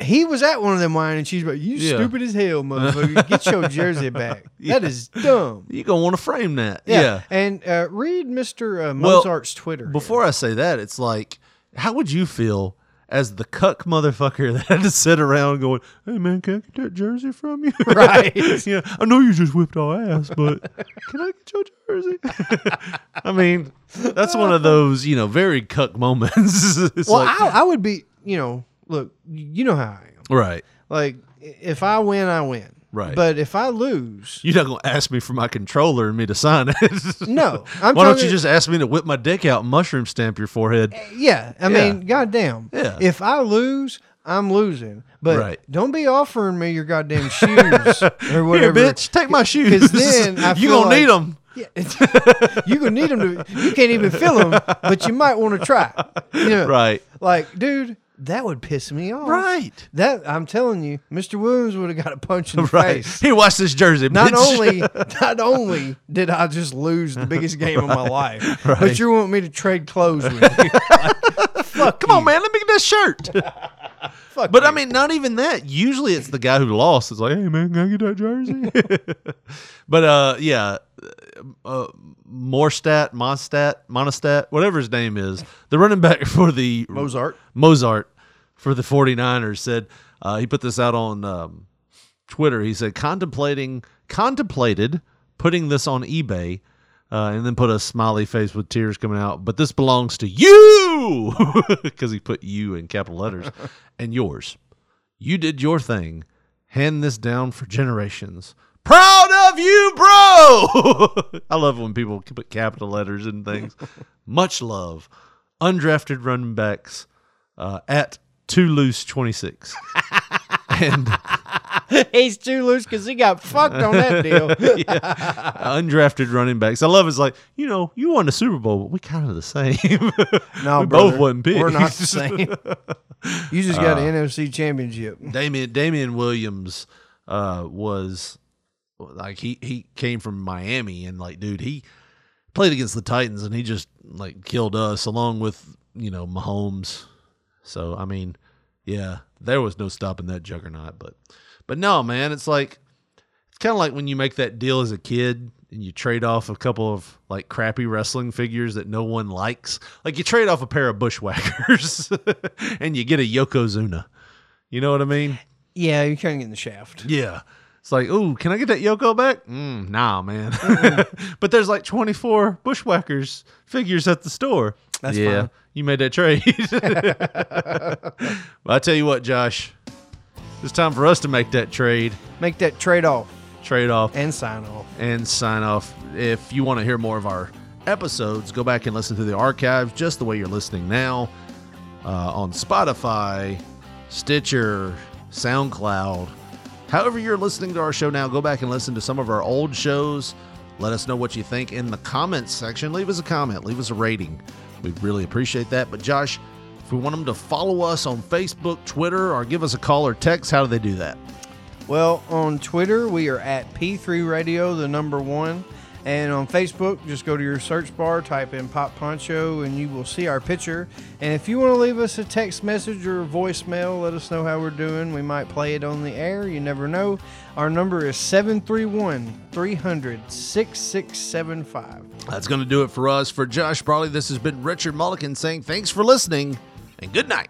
He was at one of them wine and cheese, but you
Yeah.
stupid as
(laughs)
hell, motherfucker. Get your jersey back. That is dumb.
you gonna want to frame that. yeah.
And uh, read Mr. Uh,
Well,
Mozart's Twitter.
Before I say that, it's like, how would you feel as the cuck motherfucker (laughs) that had to sit around going, "Hey man, can I get that jersey from you?"
(laughs)
(laughs)
Right.
you know, I know you just whipped our ass, but
(laughs)
can I get your jersey? (laughs) I mean, that's one
(laughs)
of those you know very cuck moments. (laughs) It's
Well,
like-
I, I would be, you know, look, you know how I am.
right.
Like, if I win, I win.
Right.
But if I lose,
You're not gonna ask me for my controller and me to sign it. (laughs)
No, I'm
Why don't
talking-
you just ask me to whip my dick out and mushroom stamp your forehead?
yeah,
Yeah.
I mean, goddamn.
Yeah.
If I lose, I'm losing. But
Right.
don't be offering me your
(laughs)
goddamn shoes or
Here,
whatever.
bitch, take
(laughs)
my shoes.
Because then I
(laughs) you
feel
gonna need
like-
'em.
Yeah. (laughs) you gonna need them to. You can't even fill them, but you might want to try. You know,
Right.
Like, dude, that would piss me off.
Right.
That I'm telling you, Mr. Williams would have got a punch in the
(laughs) Right.
face.
He watched this jersey.
Not
bitch.
(laughs) only, not only did I just lose the biggest game of my (laughs) life,
Right.
but you want me to trade clothes with (laughs) you.
Fuck, (laughs) come on, man. Let me get that shirt.
(laughs) Fuck
But
you.
I mean, not even that. Usually, it's the guy who lost. It's like, hey, man, can I get that jersey? (laughs) but uh, yeah, uh, Morstat, Mostat, Monostat, whatever his name is, the running back (laughs) for the
Mozart.
Mozart for the 49ers said uh, he put this out on um, Twitter. He said contemplating contemplated putting this on eBay. Uh, and then put a smiley face with tears coming out. But this belongs to you (laughs) because he put you in capital letters and yours. You did your thing. Hand this down for generations. Proud of you, bro. (laughs) I love when people can put capital letters in things. Much love. Undrafted running backs uh, at two loose 26. and
He's too loose because he got fucked on that (laughs) deal.
(laughs) undrafted running backs. I love it's like, you know, you won the Super Bowl, but we kind of the same.
No,
we both
brother,
wasn't picked.
We're not the (laughs) same. You just got an NFC championship.
Damian Damian Williams uh, was like he he came from Miami and like dude he played against the Titans and he just like killed us along with you know Mahomes. So I mean, yeah, there was no stopping that juggernaut. But but no man, it's like it's kind of like when you make that deal as a kid and you trade off a couple of like crappy wrestling figures that no one likes. Like you trade off a pair of bushwhackers (laughs) and you get a yokozuna. You know what I mean?
Yeah, you're kind of getting the shaft.
Yeah. It's like, oh, can I get that Yoko back? Mm, nah, man. (laughs) but there's like 24 bushwhackers figures at the store.
That's fine.
You made that trade. (laughs) well, I tell you what, Josh, it's time for us to make that trade,
Make that trade off
trade off,
and sign off.
and sign off. If you want to hear more of our episodes, go back and listen to the archives just the way you're listening now. uh, on Spotify, Stitcher, SoundCloud. However, you're listening to our show now, go back and listen to some of our old shows. Let us know what you think in the comments section. Leave us a comment, leave us a rating. We really appreciate that. But, Josh, if we want them to follow us on Facebook, Twitter, or give us a call or text, how do they do that?
Well, on Twitter, we are at P3 Radio, the number one. And on Facebook, just go to your search bar, type in Pop Poncho, and you will see our picture. And if you want to leave us a text message or a voicemail, let us know how we're doing. We might play it on the air. You never know. Our number is 731 300 6675.
That's going to do it for us. For Josh Brawley, this has been Richard Mulligan saying thanks for listening and good night.